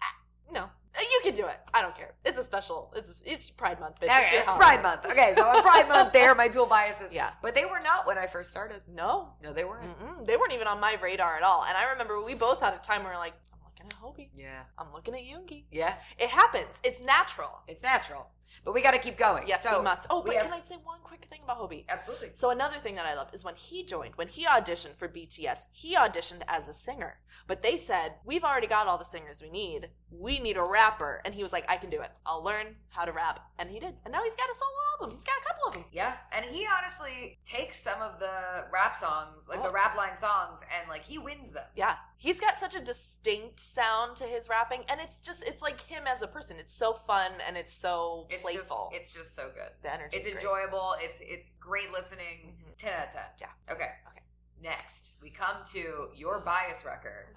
S3: No, Uh, you can do it. I don't care. It's a special. It's it's Pride Month, bitch.
S1: Okay,
S3: it's your
S1: it's
S3: holiday.
S1: Pride Month. Okay, so on Pride Month, they're my dual biases.
S3: Yeah. Mm.
S1: But they were not when I first started.
S3: No,
S1: No, they weren't.
S3: Mm-mm. they weren't even on my radar at all. And I remember we both had a time where we were like, I'm looking at Hobie.
S1: Yeah.
S3: I'm looking at Yoongi.
S1: Yeah.
S3: It happens. It's natural.
S1: It's natural. But we gotta keep going.
S3: Yes,
S1: so
S3: we must. Oh,
S1: we
S3: but
S1: have-
S3: can I say one quick thing about Hobie?
S1: Absolutely.
S3: So another thing that I love is when he joined, when he auditioned for BTS, he auditioned as a singer. But they said, "We've already got all the singers we need. We need a rapper." And he was like, "I can do it. I'll learn how to rap." And he did. And now he's got a solo album. He's got a couple of them.
S1: Yeah, and he honestly takes some of the rap songs, like the
S3: Oh.
S1: rap line songs, and like he wins them.
S3: Yeah. He's got such a distinct sound to his rapping, and it's just it's like him as a person. It's so fun and it's so
S1: It's
S3: playful.
S1: just it's just so good.
S3: the energy.
S1: It's enjoyable. It's it's great listening. Ten out of ten.
S3: Mm-hmm. Yeah.
S1: Okay.
S3: Okay.
S1: Next, we come to your bias wrecker,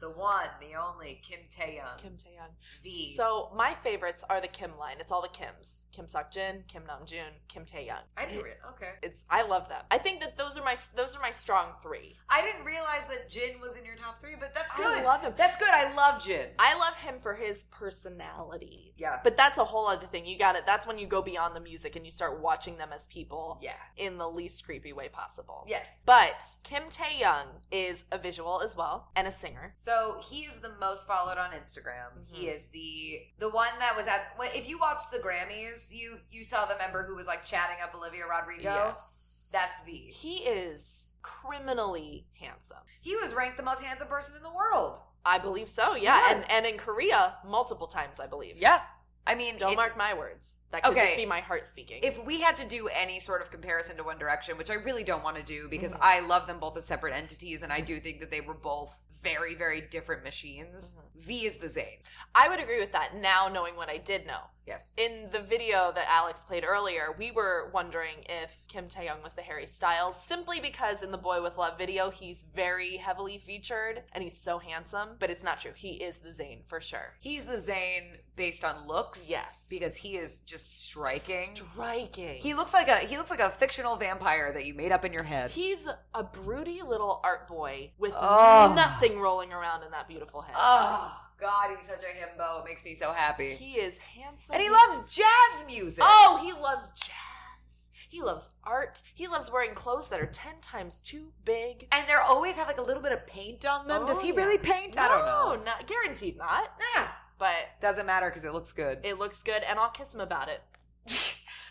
S1: the one, the only Kim Taeyong.
S3: Kim Taeyang.
S1: The
S3: So my favorites are the Kim line. It's all the Kims: Kim Seok Jin, Kim Namjoon, Kim Taeyang.
S1: I didn't re- okay.
S3: It's I love them. I think that those are my those are my strong three.
S1: I didn't realize that Jin was in your top three, but that's good.
S3: I love him.
S1: that's good. I love Jin.
S3: I love him for his personality.
S1: yeah.
S3: But that's a whole other thing. You got it. That's when you go beyond the music and you start watching them as people
S1: yeah.
S3: in the least creepy way possible.
S1: Yes.
S3: But Kim Tae-young is a visual as well and a singer.
S1: So he's the most followed on Instagram. He
S3: Mm-hmm.
S1: is the the one that was at when if you watched the Grammys, you you saw the member who was like chatting up Olivia Rodrigo.
S3: Yes.
S1: That's V.
S3: he is criminally handsome.
S1: He was ranked the most handsome person in the world.
S3: I believe so. Yeah.
S1: Yes.
S3: And and in Korea multiple times I believe.
S1: Yeah. I mean,
S3: Don't
S1: it's-
S3: mark my words. That could
S1: Okay.
S3: just be my heart speaking.
S1: if we had to do any sort of comparison to One Direction, which I really don't want to do because
S3: Mhm.
S1: I love them both as separate entities and I do think that they were both very very different machines.
S3: Mm-hmm.
S1: V is the Zayn.
S3: I would agree with that now knowing what I did know.
S1: Yes.
S3: in the video that Alex played earlier, we were wondering if Kim Tae-young was the Harry Styles simply because in the Boy with Love video, he's very heavily featured and he's so handsome, but it's not true. He is the Zayn for sure.
S1: He's the Zayn based on looks.
S3: Yes.
S1: Because he is just striking.
S3: Striking.
S1: He looks like a he looks like a fictional vampire that you made up in your head.
S3: he's a broody little art boy with
S1: Oh.
S3: nothing rolling around in that beautiful head.
S1: oh God, he's such a himbo. It makes me so happy.
S3: He is handsome.
S1: and he
S3: He's-
S1: loves jazz music.
S3: Oh, he loves jazz. He loves art. He loves wearing clothes that are 10 times too big.
S1: and they always have like a little bit of paint on them. Does
S3: Oh,
S1: he
S3: yeah.
S1: really paint? I don't know.
S3: No, not guaranteed not.
S1: Nah.
S3: But
S1: Doesn't matter because it looks good.
S3: it looks good, and I'll kiss him about it.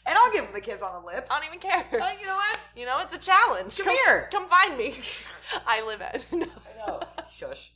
S1: and I'll give him a kiss on the lips.
S3: I don't even care.
S1: Uh, you know what?
S3: You know, it's a challenge.
S1: Come
S3: come
S1: here.
S3: Come find me. I live at.
S1: No. Shush.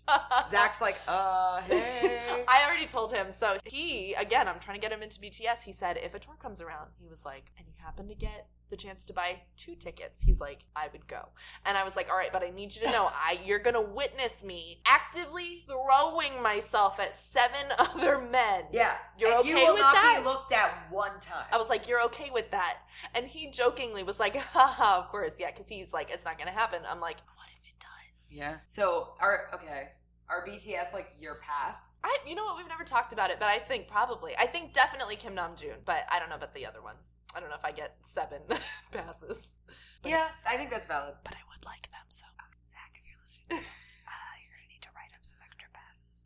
S1: Zach's like, uh, hey.
S3: I already told him. So he, again, I'm trying to get him into BTS. He said, if a tour comes around, he was like, and you happen to get the chance to buy two tickets, he's like, I would go. And I was like, all right, but I need you to know, I you're gonna witness me actively throwing myself at seven other men.
S1: yeah.
S3: You're
S1: And you
S3: okay
S1: will
S3: with
S1: not
S3: that?
S1: be looked at one time.
S3: I was like, "You're okay with that?" And he jokingly was like, "Haha, of course, yeah," because he's like, "It's not gonna happen." I'm like, "What if it does?"
S1: yeah. So, our, okay. Our BTS, like, your pass?
S3: I, you know what? We've never talked about it, but I think probably, I think definitely Kim Namjoon, but I don't know about the other ones. I don't know if I get seven passes, But-
S1: Yeah. I think that's valid.
S3: but I would like them so. Zach, if you're listening,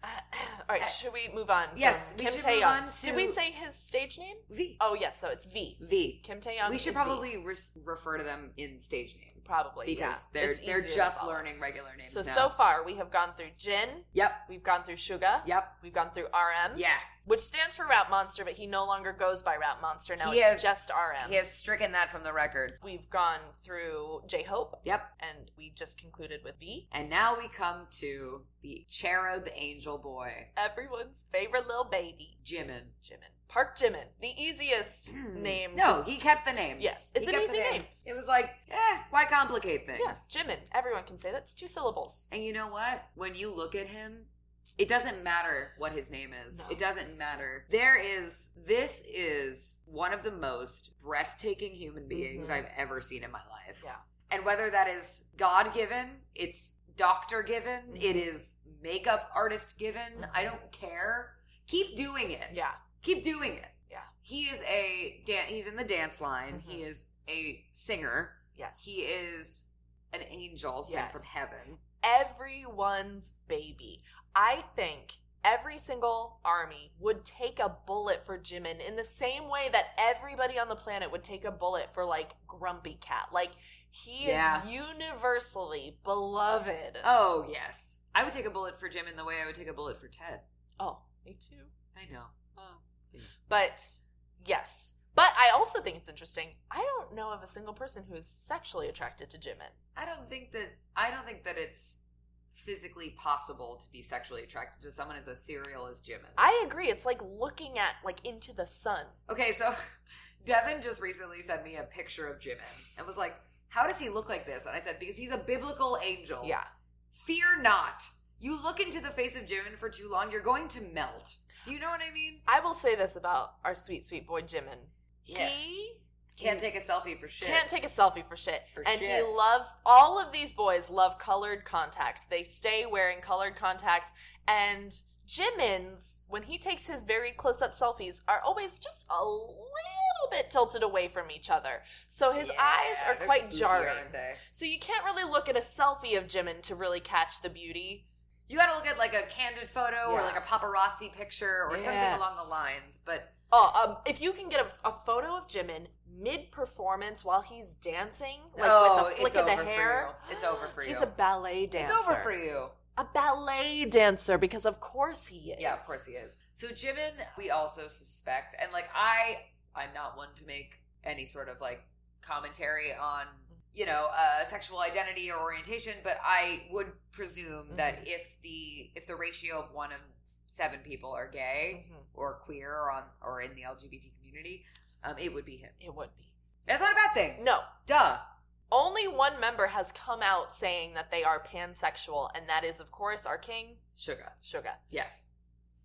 S1: Ah,
S3: Uh, all right, should we move on? from
S1: Yes, we
S3: Kim
S1: should
S3: Tae
S1: move
S3: Young.
S1: on to-
S3: Did we say his stage name?
S1: V.
S3: Oh yes, so it's V.
S1: V.
S3: Kim Tae Young.
S1: we should
S3: is V.
S1: probably re- refer to them in stage name
S3: probably
S1: because
S3: yeah.
S1: they're
S3: It's
S1: they're
S3: easier to
S1: just
S3: follow.
S1: learning regular names
S3: So
S1: now.
S3: so far we have gone through Jin,
S1: yep,
S3: we've gone through Suga,
S1: yep,
S3: We've gone through RM,
S1: yeah.
S3: which stands for Rat Monster, but he no longer goes by Rat Monster. Now
S1: He
S3: it's
S1: is-
S3: just RM.
S1: He has stricken that from the record.
S3: We've gone through J Hope,
S1: Yep.
S3: and we just concluded with V.
S1: And now we come to the cherub angel boy,
S3: Everyone's favorite little baby,
S1: Jimin.
S3: Jimin. Park Jimin, the easiest name.
S1: Hmm. No,
S3: to-
S1: he kept the name.
S3: yes,
S1: He
S3: it's an
S1: kept
S3: easy
S1: the
S3: name.
S1: It was like, eh, why complicate things?
S3: Yes, Jimin. Everyone can say that's two syllables.
S1: And you know what? When you look at him, It doesn't matter what his name is.
S5: No.
S1: It doesn't matter. There is, this is one of the most breathtaking human beings
S3: Mhm.
S1: I've ever seen in my life.
S3: Yeah.
S1: And whether that is God given, it's doctor given,
S3: Mm-hmm.
S1: it is makeup artist given, I don't care. Keep doing it.
S3: Yeah.
S1: Keep doing it.
S3: Yeah. Mm-hmm.
S1: He is a dan- he's in the dance line. He is a singer.
S3: Yes.
S1: He is an angel sent from
S3: Yes.
S1: heaven.
S3: everyone's baby. I think every single army would take a bullet for Jimin in the same way that everybody on the planet would take a bullet for like Grumpy Cat. Like he
S1: Yeah.
S3: is universally beloved.
S1: Oh, yes. I would take a bullet for Jim in the way I would take a bullet for Ted.
S3: oh, me too.
S1: I know.
S3: Oh. But yes. But I also think it's interesting. I don't know of a single person who is sexually attracted to Jimin.
S1: I don't think that I don't think that it's physically possible to be sexually attracted to someone as ethereal as Jim is.
S3: I agree. It's like looking at like into the sun.
S1: Okay, so Devin just recently sent me a picture of Jimin and was like, How does he look like this? And I said, Because he's a biblical angel.
S3: Yeah.
S1: Fear not. You look into the face of Jimin for too long, you're going to melt. Do you know what I mean?
S3: I will say this about our sweet, sweet boy Jimin.
S1: Yeah.
S3: He
S1: Can't take a selfie for shit.
S3: Can't take a selfie for shit.
S1: For
S3: and he
S1: shit.
S3: loves all of these boys love colored contacts. They stay wearing colored contacts and Jimin's when he takes his very close up selfies are always just a little bit tilted away from each other. So his eyes are
S1: they're
S3: quite
S1: spooky,
S3: jarring.
S1: aren't they?
S3: So you can't really look at a selfie of Jimin to really catch the beauty.
S1: You gotta look at like a candid photo or
S3: Yeah.
S1: like a paparazzi picture or something
S3: Yes.
S1: along the lines, but
S3: Oh, um, if you can get a, a photo of Jimin mid performance while he's dancing, like
S1: oh,
S3: with a flick
S1: it's
S3: of
S1: over
S3: the
S1: for
S3: hair.
S1: you. It's over for you.
S3: He's a ballet
S1: it's
S3: dancer.
S1: over for you.
S3: a ballet dancer because of course he is.
S1: Yeah, of course he is. So Jimin, we also suspect, and like I, I'm not one to make any sort of like commentary on you know uh, sexual identity or orientation, but I would presume
S3: Mm-hmm.
S1: that if the if the ratio of one of seven people are gay
S3: Mhm.
S1: or queer or on or in the LGBT community, um, it would be him.
S3: It would be.
S1: That's not a bad thing.
S3: No,
S1: Duh.
S3: only one member has come out saying that they are pansexual, and that is, of course, our king,
S1: Sugar.
S3: Suga.
S1: Yes.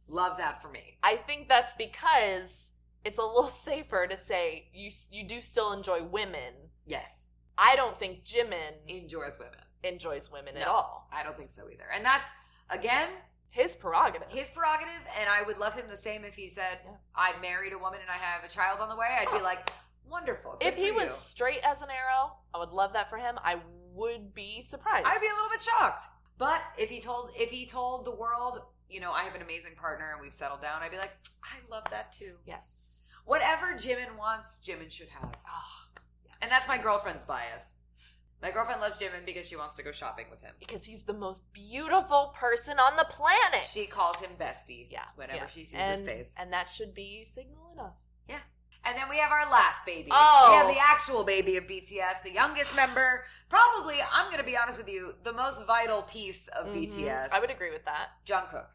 S1: Love that for me.
S3: I think that's because it's a little safer to say you you do still enjoy women.
S1: Yes.
S3: I don't think Jimin
S1: Enjoys women.
S3: enjoys women at
S1: E-, No.
S3: all.
S1: I don't think so either. And that's again
S3: His prerogative.
S1: his prerogative, and I would love him the same if he said,
S3: Yeah.
S1: "I married a woman and I have a child on the way." I'd be like, "Wonderful." good
S3: if he
S1: for
S3: was
S1: you."
S3: straight as an arrow, I would love that for him. I would be surprised.
S1: I'd be a little bit shocked. But if he told, if he told the world, you know, I have an amazing partner and we've settled down, I'd be like, "I love that too."
S3: yes.
S1: Whatever Jimin wants, Jimin should have,
S3: Ah, yes.
S1: and that's my girlfriend's bias. My girlfriend loves Jimin because she wants to go shopping with him.
S3: because he's the most beautiful person on the planet.
S1: She calls him bestie.
S3: Yeah,
S1: Whenever
S3: yeah.
S1: she sees
S3: and,
S1: his face.
S3: and that should be signal enough.
S1: And then we have our last baby.
S3: Oh.
S1: We have the actual baby of BTS, the youngest member. Probably, I'm going to be honest with you, the most vital piece of BTS.
S3: Mm-hmm. I would agree with that.
S1: Jungkook.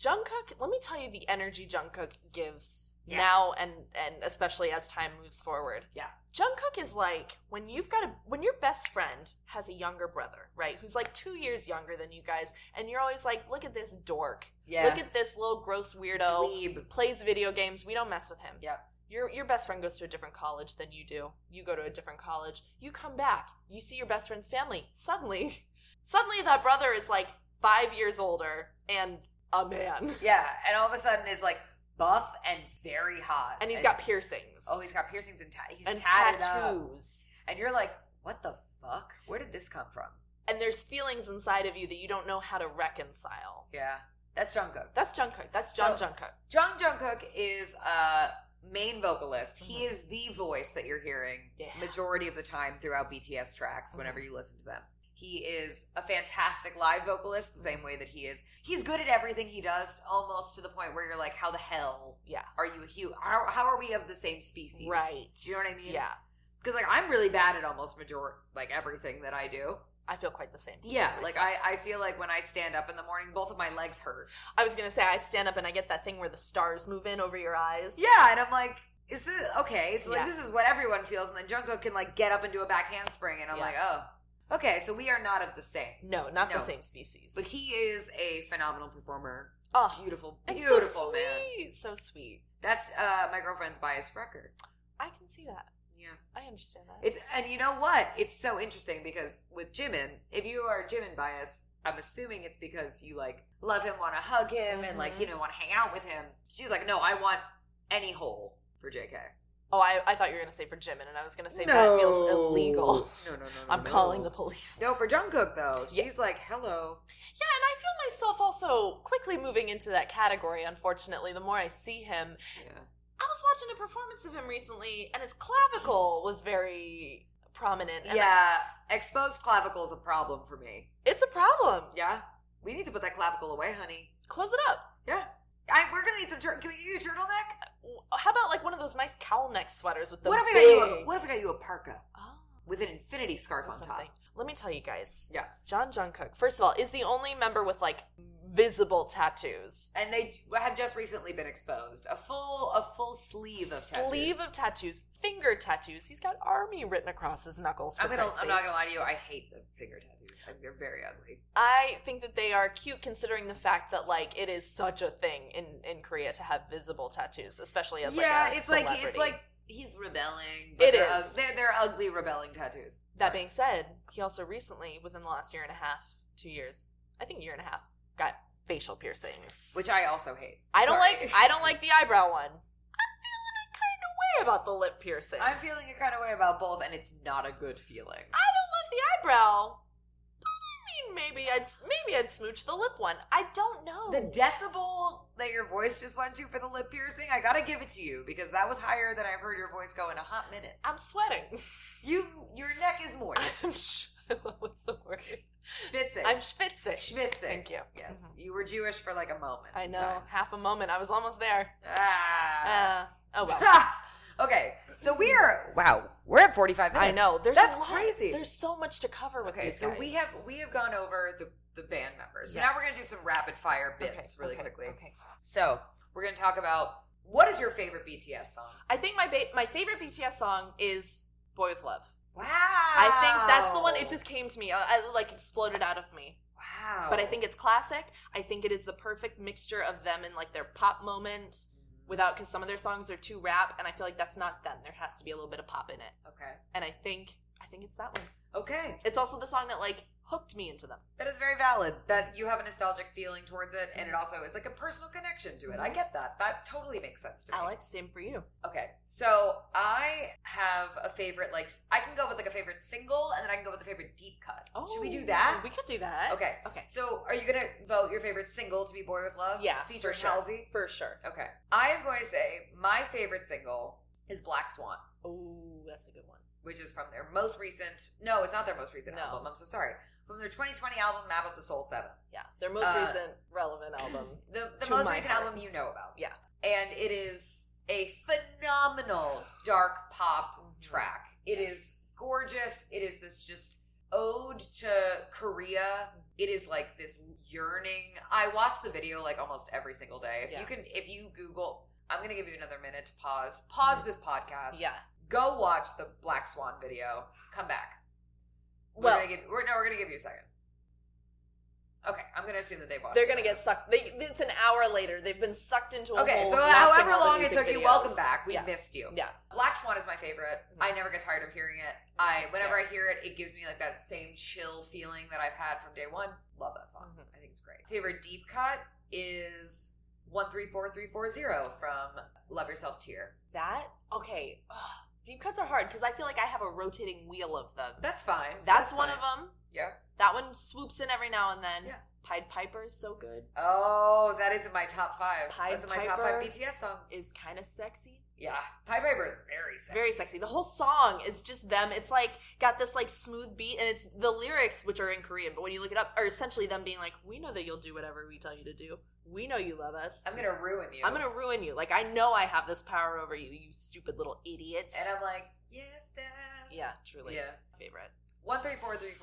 S3: Jungkook, let me tell you the energy Jungkook gives
S1: Yeah.
S3: now and and especially as time moves forward.
S1: Yeah.
S3: Jungkook is like when you've got a when your best friend has a younger brother, right? Who's like 2 years younger than you guys and you're always like, "Look at this dork.
S1: Yeah.
S3: Look at this little gross weirdo.
S1: Dweeb.
S3: plays video games. We don't mess with him.
S1: Yep.
S3: Your your best friend goes to a different college than you do. You go to a different college. You come back. You see your best friend's family. Suddenly, suddenly that brother is like five years older and a man,
S1: Yeah. And all of a sudden is like buff and very hot.
S3: and he's got piercings.
S1: Oh, he's got piercings and, ta- he's
S3: and
S1: tatted up.
S3: tattoos.
S1: And you're like, what the fuck? Where did this come from?
S3: And there's feelings inside of you that you don't know how to reconcile.
S1: Yeah. That's Jungkook.
S3: That's Jungkook. That's John
S1: So-
S3: Jungkook.
S1: Jung Jungkook is a main vocalist. He is the voice that you're hearing
S3: Mm-hmm. Yeah. Mm-hmm.
S1: majority of the time throughout BTS tracks whenever you listen to them. He is a fantastic live vocalist the same
S3: Mm-hmm.
S1: way that he is. He's good at everything he does almost to the point where you're like how the hell
S3: Yeah.
S1: are you hu- how, how are we of the same species?
S3: Right.
S1: Do you know what I mean?
S3: Yeah.
S1: Cuz like I'm really bad at almost major like everything that I do.
S3: I feel quite the same.
S1: Yeah, like I I feel like when I stand up in the morning both of my legs hurt.
S3: I was gonna say I stand up and I get that thing where the stars move in over your eyes.
S1: Yeah, and I'm like, is this okay? So like,
S3: Yeah.
S1: this is what everyone feels, and then Junko can like get up and do a back handspring, and I'm
S3: Yeah.
S1: like, oh, Okay, so we are not of the same,
S3: No, not
S1: No.
S3: the same species.
S1: but he is a phenomenal performer.
S3: oh,
S1: Beautiful,
S3: and
S1: beautiful
S3: so sweet.
S1: man.
S3: So sweet.
S1: That's uh, my girlfriend's bias record.
S3: I can see that.
S1: Yeah.
S3: I understand that.
S1: It's and you know what? It's so interesting because with Jimin, if you are Jimin bias, I'm assuming it's because you like love him, want to hug him, and like
S3: Mhm.
S1: you know want to hang out with him. She's like, no, I want any hole for JK.
S3: oh, I, I thought you were gonna say for Jimin, and I was gonna say that feels illegal.
S1: No, no, no. no
S3: I'm
S1: no.
S3: calling the police.
S1: No, for Jungkook though,
S3: Yeah.
S1: she's like, hello.
S3: Yeah, and I feel myself also quickly moving into that category. Unfortunately, the more I see him,
S1: Yeah.
S3: I was watching a performance of him recently, and his clavicle was very prominent. and
S1: Yeah. Exposed clavicle's a problem for me.
S3: I- it's a problem.
S1: Yeah. We need to put that clavicle away, honey.
S3: Close it up.
S1: Yeah. I, we're gonna need some. Tur- can we get you a turtleneck?
S3: How about like one of those nice cowl neck sweaters with the
S1: what if I
S3: big...
S1: got you? A, what if I got you a parka
S3: Oh,
S1: with an infinity scarf
S3: that's
S1: on top?
S3: something. Let me tell you guys.
S1: Yeah.
S3: John Jungkook, first of all, is the only member with like visible tattoos.
S1: and they have just recently been exposed. A full a full sleeve of tattoos.
S3: Sleeve of tattoos, finger tattoos. He's got army written across his knuckles. For
S1: I'm gonna.
S3: Christ's
S1: I'm not
S3: sakes.
S1: gonna lie to you. I hate the finger tattoos. I think they're very ugly.
S3: I think that they are cute considering the fact that like it is such a thing in in Korea to have visible tattoos, especially as
S1: yeah,
S3: like a
S1: it's
S3: celebrity.
S1: like it's like he's rebelling.
S3: It
S1: they're,
S3: is.
S1: ug- they're they're ugly rebelling tattoos.
S3: that being said, he also recently within the last year and a half, 2 years, I think year and a half, got facial piercings.
S1: which I also hate.
S3: I don't
S1: Sorry.
S3: like I don't like the eyebrow one. I'm feeling a kind of way about the lip piercing.
S1: I'm feeling a kind of way about both, and it's not a good feeling.
S3: I don't love the eyebrow. But I mean, maybe I'd maybe I'd smooch the lip one. I don't know.
S1: The decibel that your voice just went to for the lip piercing, I gotta give it to you because that was higher than I've heard your voice go in a hot minute.
S3: I'm sweating.
S1: You, your neck is moist.
S3: I'm sh- what's the word?
S1: Schwitzing.
S3: I'm schwitzing.
S1: schwitzing.
S3: Thank you.
S1: Yes,
S3: Mhm.
S1: you were Jewish for like a moment.
S3: I
S1: in
S3: know.
S1: time.
S3: Half a moment. I was almost there.
S1: Ah.
S3: Uh, oh well.
S1: okay, so we are. Wow, we're at forty-five minutes.
S3: I know. There's
S1: That's
S3: a lot.
S1: crazy.
S3: There's so much to cover with
S1: Okay,
S3: these
S1: so
S3: guys.
S1: we have we have gone over the the band members. So now
S3: Yes.
S1: we're gonna do some rapid fire bits
S3: Okay,
S1: really
S3: okay,
S1: quickly.
S3: Okay.
S1: So we're gonna talk about what is your favorite BTS song?
S3: I think my ba- my favorite BTS song is "Boy with Love."
S1: Wow,
S3: I think that's the one. It just came to me. uh, I, I like exploded out of me.
S1: wow.
S3: But I think it's classic. I think it is the perfect mixture of them and like their pop moment without because some of their songs are too rap, and I feel like that's not them. There has to be a little bit of pop in it.
S1: okay,
S3: And I think I think it's that one.
S1: okay,
S3: It's also the song that like hooked me into them.
S1: that is very valid. That you have a nostalgic feeling towards it, and it also is like a personal connection to it.
S3: Mm-hmm.
S1: I get that. That totally makes sense to me.
S3: Alex, same for you.
S1: Okay, so I have a favorite. Like, I can go with like a favorite single, and then I can go with a favorite deep cut. should we do that?
S3: Oh, We could do that.
S1: okay.
S3: Okay.
S1: So, are you gonna vote your favorite single to be "Boy with Love"?
S3: Yeah,
S1: featuring
S3: for sure.
S1: Halsey.
S3: For sure.
S1: Okay, I am going to say my favorite single is "Black Swan,"
S3: Oh, that's a good one.
S1: which is from their most recent. No, it's not their most recent
S3: No.
S1: album. I'm so sorry. From their 2020 album, "Map of the Soul 7.
S3: Yeah. Their most
S1: Uh,
S3: recent relevant album.
S1: the the
S3: To
S1: most
S3: my
S1: recent
S3: heart.
S1: album you know about.
S3: Yeah.
S1: and it is a phenomenal dark pop
S3: Mhm.
S1: track. It is
S3: Yes.
S1: gorgeous. It is this just ode to Korea. It is like this yearning. I watch the video like almost every single day. If
S3: Yeah.
S1: you can, if you Google, I'm gonna give you another minute to pause. Pause this podcast.
S3: Yeah.
S1: Go watch the Black Swan video. Come back. We're
S3: Well-
S1: gonna give, we're, no, we're gonna give you a second. Okay, I'm gonna assume that they watched.
S3: They're
S1: it.
S3: gonna get sucked. They, it's an hour later. They've been sucked into a
S1: Okay,
S3: hole
S1: so
S3: of watching
S1: however
S3: all the
S1: long it
S3: music
S1: took you,
S3: videos.
S1: welcome back. We
S3: yeah.
S1: missed you.
S3: Yeah. Mm-hmm.
S1: Black Swan is my favorite. I never get tired of hearing it. I
S3: That's
S1: whenever
S3: fair.
S1: I hear it, it gives me like that same chill feeling that I've had from day one. Love that song.
S3: Mhm.
S1: I think it's great. Favorite deep cut is one three four three four zero from Love Yourself Tear.
S3: That okay. Ugh. Deep cuts are hard because I feel like I have a rotating wheel of them.
S1: That's fine.
S3: That's, one
S1: fine.
S3: of them.
S1: Yeah.
S3: That one swoops in every now and then.
S1: Yeah.
S3: Pied Piper is so good.
S1: Oh, that is in my top five.
S3: Pied
S1: That's in my top five
S3: Piper
S1: BTS songs.
S3: Is kind of sexy.
S1: yeah, Pied Piper is very sexy.
S3: Very sexy. The whole song is just them. It's like got this like smooth beat, and it's the lyrics, which are in Korean, but when you look it up, are essentially them being like, "We know that you'll do whatever we tell you to do. We know you love us.
S1: I'm gonna ruin you.
S3: I'm gonna ruin you. Like I know I have this power over you, you stupid little idiots."
S1: and I'm like yes, Dad.
S3: yeah, truly,
S1: yeah.
S3: favorite.
S1: 134340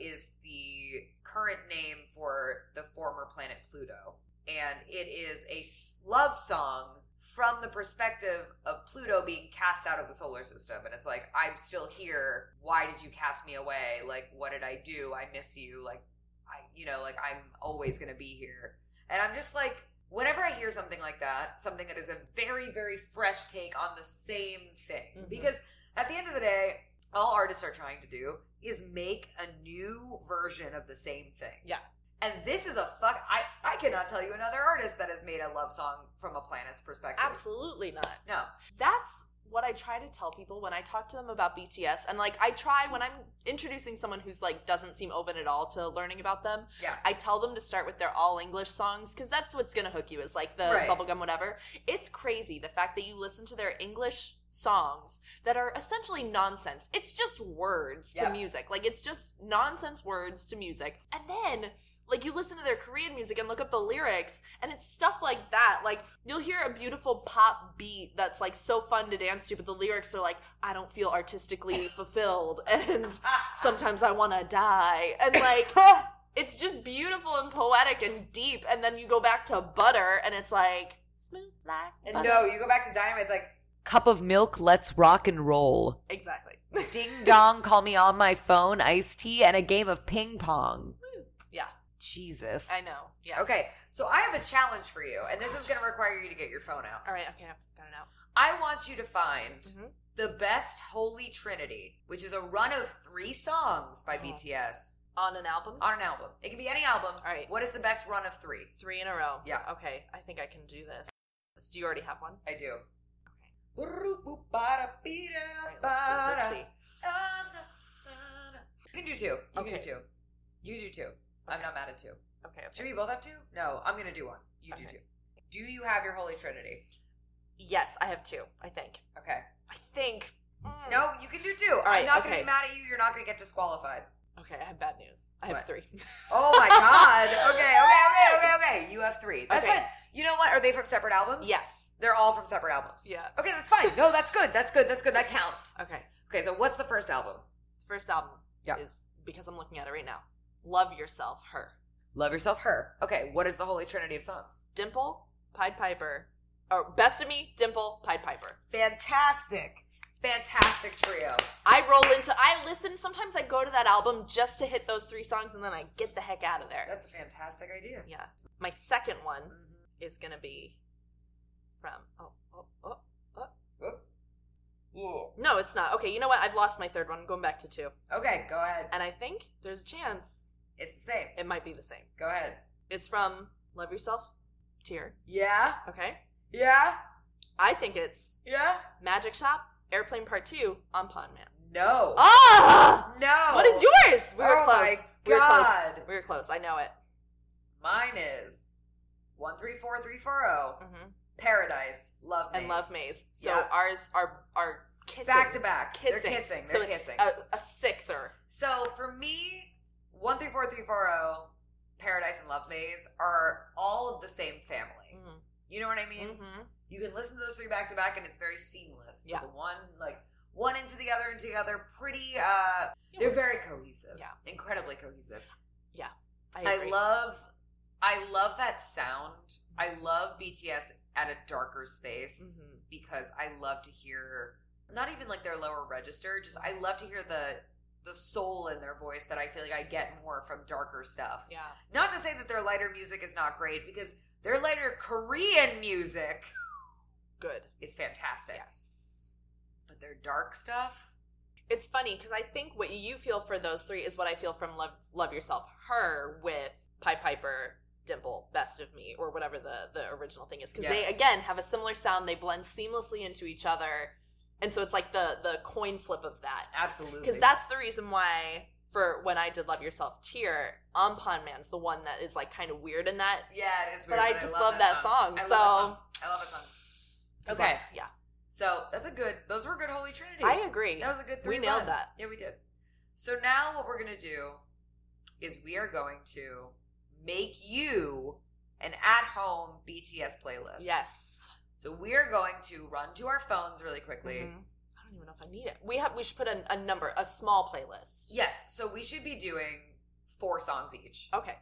S1: is the current name for the former planet Pluto. And it is a s- love song from the perspective of Pluto being cast out of the solar system. And it's like, I'm still here. Why did you cast me away? Like, what did I do? I miss you. Like, I, you know, like I'm always going to be here. And I'm just like, whenever I hear something like that, something that is a very, very fresh take on the same thing.
S3: Mhm.
S1: Because at the end of the day, all artists are trying to do is make a new version of the same thing.
S5: Yeah.
S1: And this is a fuck. I, I cannot tell you another artist that has made a love song from a planet's perspective.
S3: Absolutely not.
S1: No.
S3: That's what I try to tell people when I talk to them about BTS. And like I try when I'm introducing someone who's like doesn't seem open at all to learning about them,
S1: Yeah.
S3: I tell them to start with their all English songs because that's what's gonna hook you is like the
S1: Right.
S3: bubblegum whatever. It's crazy the fact that you listen to their English songs that are essentially nonsense. It's just words
S1: Yeah.
S3: to music. Like it's just nonsense words to music. And then like you listen to their Korean music and look up the lyrics and it's stuff like that. Like you'll hear a beautiful pop beat that's like so fun to dance to, but the lyrics are like, I don't feel artistically fulfilled and sometimes I wanna die. And like it's just beautiful and poetic and deep. And then you go back to butter and it's like smooth like
S1: And
S3: butter.
S1: no, you go back to Dynamite, it's like, cup of milk, let's rock and roll.
S3: Exactly.
S1: Ding dong, call me on my phone, iced tea, and a game of ping pong.
S3: Yeah.
S1: Jesus.
S3: I know. Yes.
S1: Okay, so I have a challenge for you, and this is going to require you to get your phone out.
S3: All right, okay, I've got it out.
S1: I want you to find
S3: Mhm.
S1: the best Holy Trinity, which is a run of three songs
S3: Oh.
S1: by BTS
S3: On an album?
S1: on an album. It can be any album.
S3: All right.
S1: What is the best run of three?
S3: Three in a row.
S1: Yeah.
S3: Okay, I think I can do this. Do you already have one?
S1: I do.
S3: All right, let's see. Let's see.
S1: You can do two. You can
S3: Okay.
S1: do two. You do two. I'm not mad at two.
S3: Okay, okay.
S1: Should we both have two? No, I'm gonna do one. You do
S3: Okay.
S1: two. Do you have your Holy Trinity?
S3: Yes, I have two, I think.
S1: Okay.
S3: I think. Mm.
S1: No, you can do two. I'm
S3: right,
S1: not gonna
S3: okay.
S1: be mad at you. You're not gonna get disqualified.
S3: Okay, I have bad news. I have
S1: What?
S3: three.
S1: Oh my god. Okay, okay, okay, okay, okay. You have three. That's
S3: Okay.
S1: fine. You know what? Are they from separate albums?
S3: yes.
S1: They're all from separate albums.
S3: Yeah.
S1: Okay, that's fine. No, that's good. That's good. That's good. That counts.
S3: Okay.
S1: Okay, so what's the first album?
S3: First album
S1: Yeah.
S3: is because I'm looking at it right now. Love Yourself, Her.
S1: Love Yourself Her. Okay, what is the Holy Trinity of songs?
S3: Dimple, Pied Piper. Or Best of Me, Dimple, Pied Piper.
S1: Fantastic. Fantastic trio.
S3: I roll into I listen sometimes I go to that album just to hit those three songs and then I get the heck out of there.
S1: That's a fantastic idea. Mm-hmm.
S3: yeah. My second one is gonna be from oh oh oh
S1: Whoop. Whoa.
S3: no it's not okay you know what I've lost my third one I'm going back to two
S1: Okay, go ahead.
S3: and I think there's a chance
S1: It's the same.
S3: it might be the same
S1: Go ahead.
S3: it's from Love Yourself Tear
S1: Yeah,
S3: okay
S1: yeah,
S3: I think it's
S1: yeah.
S3: Magic Shop Airplane Part Two on Pond Man
S1: No.
S3: ah
S1: No.
S3: what is yours we were
S1: Oh
S3: close
S1: my
S3: we were
S1: God.
S3: close we were close I know it
S1: Mine is 134340.
S3: hmm
S1: oh. Paradise, Love Maze.
S3: and Love Maze so
S1: Yeah.
S3: ours are are kissing
S1: Back to back.
S3: kissing
S1: They're kissing.
S3: so
S1: They're
S3: it's
S1: kissing.
S3: a, a sixer
S1: so for me, 134340, oh, Paradise, and Love Maze are all of the same family.
S3: mm-hmm.
S1: You know what I mean?
S3: Mm-hmm.
S1: You can listen to those three back to back and it's very seamless. So
S3: Yeah.
S1: The one, like, one into the other, into the other, pretty, uh, they're very cohesive.
S3: Yeah.
S1: Incredibly cohesive.
S3: I,
S1: I,
S3: agree.
S1: love I love that sound. I love BTS at a darker space
S3: Mhm.
S1: because I love to hear not even like their lower register, just I love to hear the the soul in their voice that I feel like I get more from darker stuff.
S3: Yeah.
S1: Not to say that their lighter music is not great because their lighter Korean music
S3: Good.
S1: is fantastic.
S3: Yes.
S1: But their dark stuff,
S3: It's funny because I think what you feel for those three is what I feel from Love Love Yourself, her with Pied Piper, Dimple, Best of Me, or whatever the the original thing is. Because
S1: Yeah.
S3: they again have a similar sound. They blend seamlessly into each other, and so it's like the the coin flip of that.
S1: absolutely.
S3: Because that's the reason why for when I did Love Yourself, Tear, Ampon Man's the one that is like kind of weird in that.
S1: yeah, it is.
S3: But
S1: Weird,
S3: I just love that song,
S1: I love
S3: so-
S1: that song. I love that song.
S3: 'Cause,
S1: Okay.
S3: like, yeah,
S1: So that's a good. Those were good holy trinities.
S3: I agree.
S1: That was a good three.
S3: We nailed
S1: run.
S3: that.
S1: Yeah, we did. So now what we're gonna do is we are going to make you an at-home BTS playlist.
S3: yes.
S1: So we are going to run to our phones really quickly.
S3: Mhm. I don't even know if I need it. We have we should put a, a number, a small playlist.
S1: Yes. So we should be doing four songs each,
S3: Okay.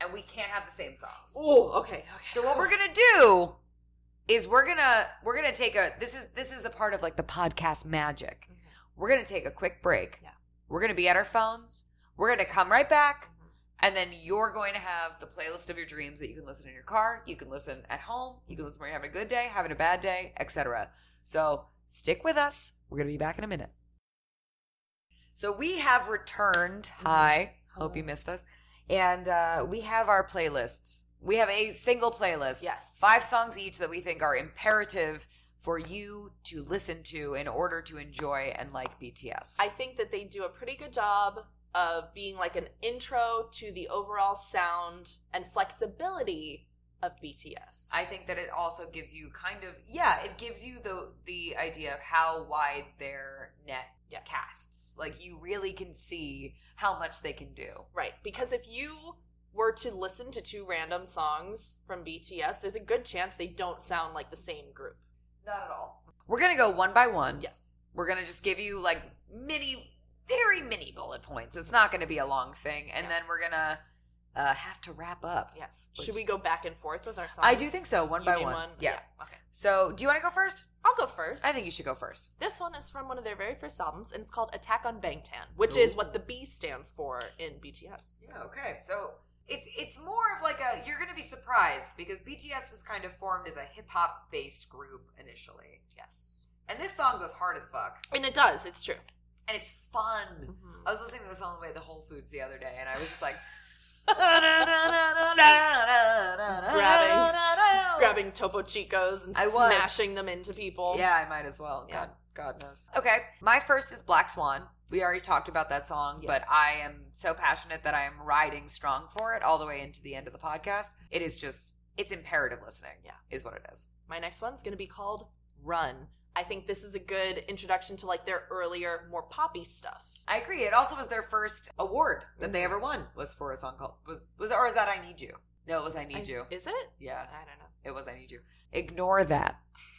S1: and we can't have the same songs.
S3: Oh, okay, okay.
S1: So what we're gonna do is we're gonna we're gonna take a this is this is a part of like the podcast magic.
S3: Mm-hmm.
S5: Mhm.
S1: We're gonna take a quick break.
S5: Yeah.
S1: We're gonna be at our phones. We're gonna come right back, and then you're going to have the playlist of your dreams that you can listen in your car, you can listen at home, you can listen when you're having a good day, having a bad day, etc. So stick with us. We're gonna be back in a minute. So we have returned.
S3: Mm-hmm.
S1: Hi. Hope you missed us. And uh, we have our playlists. We have a single playlist
S3: Yes.
S1: five songs each that we think are imperative for you to listen to in order to enjoy and like BTS.
S3: I think that they do a pretty good job of being like an intro to the overall sound and flexibility of BTS.
S1: I think that it also gives you kind of yeah, it gives you the the idea of how wide their net
S3: yes.
S1: casts. Like you really can see how much they can do.
S3: Right, because if you were to listen to two random songs from BTS, there's a good chance they don't sound like the same group.
S1: Not at all. We're going to go one by one.
S3: Yes.
S1: We're going to just give you like mini very mini bullet points. It's not going to be a long thing and then we're going to uh, have to wrap up.
S3: Yes. Should we go back and forth with our songs?
S1: I do think so, one
S3: You
S1: by
S3: name
S1: one. yeah.
S3: Okay.
S1: So, do you want to go first?
S3: I'll go first.
S1: I think you should go first.
S3: This one is from one of their very first albums, and it's called Attack on Bangtan, which is what the B stands for in BTS.
S1: Yeah. Okay. So it's it's more of like a you're gonna be surprised because BTS was kind of formed as a hip hop based group initially,
S3: Yes.
S1: and this song goes hard as fuck,
S3: And it does, it's true.
S1: and it's fun.
S3: Mhm.
S1: I was listening to this on the way to Whole Foods the other day, and I was just like.
S3: Grabbing- Grabbing Topo Chicos and
S1: I was.
S3: smashing them into people.
S1: Yeah, I might as well.
S3: Yeah.
S1: God, God knows. Okay, my first is Black Swan. We already talked about that song,
S3: Yeah.
S1: but I am so passionate that I am riding strong for it all the way into the end of the podcast. It is just, it's imperative listening.
S3: Yeah.
S1: is what it is.
S3: My next one's going to be called Run. I think this is a good introduction to like their earlier, more poppy stuff.
S1: I agree. It also was their first award that
S3: Mm-hmm.
S1: they ever won was for a song called was was or is that I Need You? No, it was I Need
S3: I-
S1: You.
S3: Is it?
S1: Yeah,
S3: I don't know.
S1: it was I Need You. Ignore that.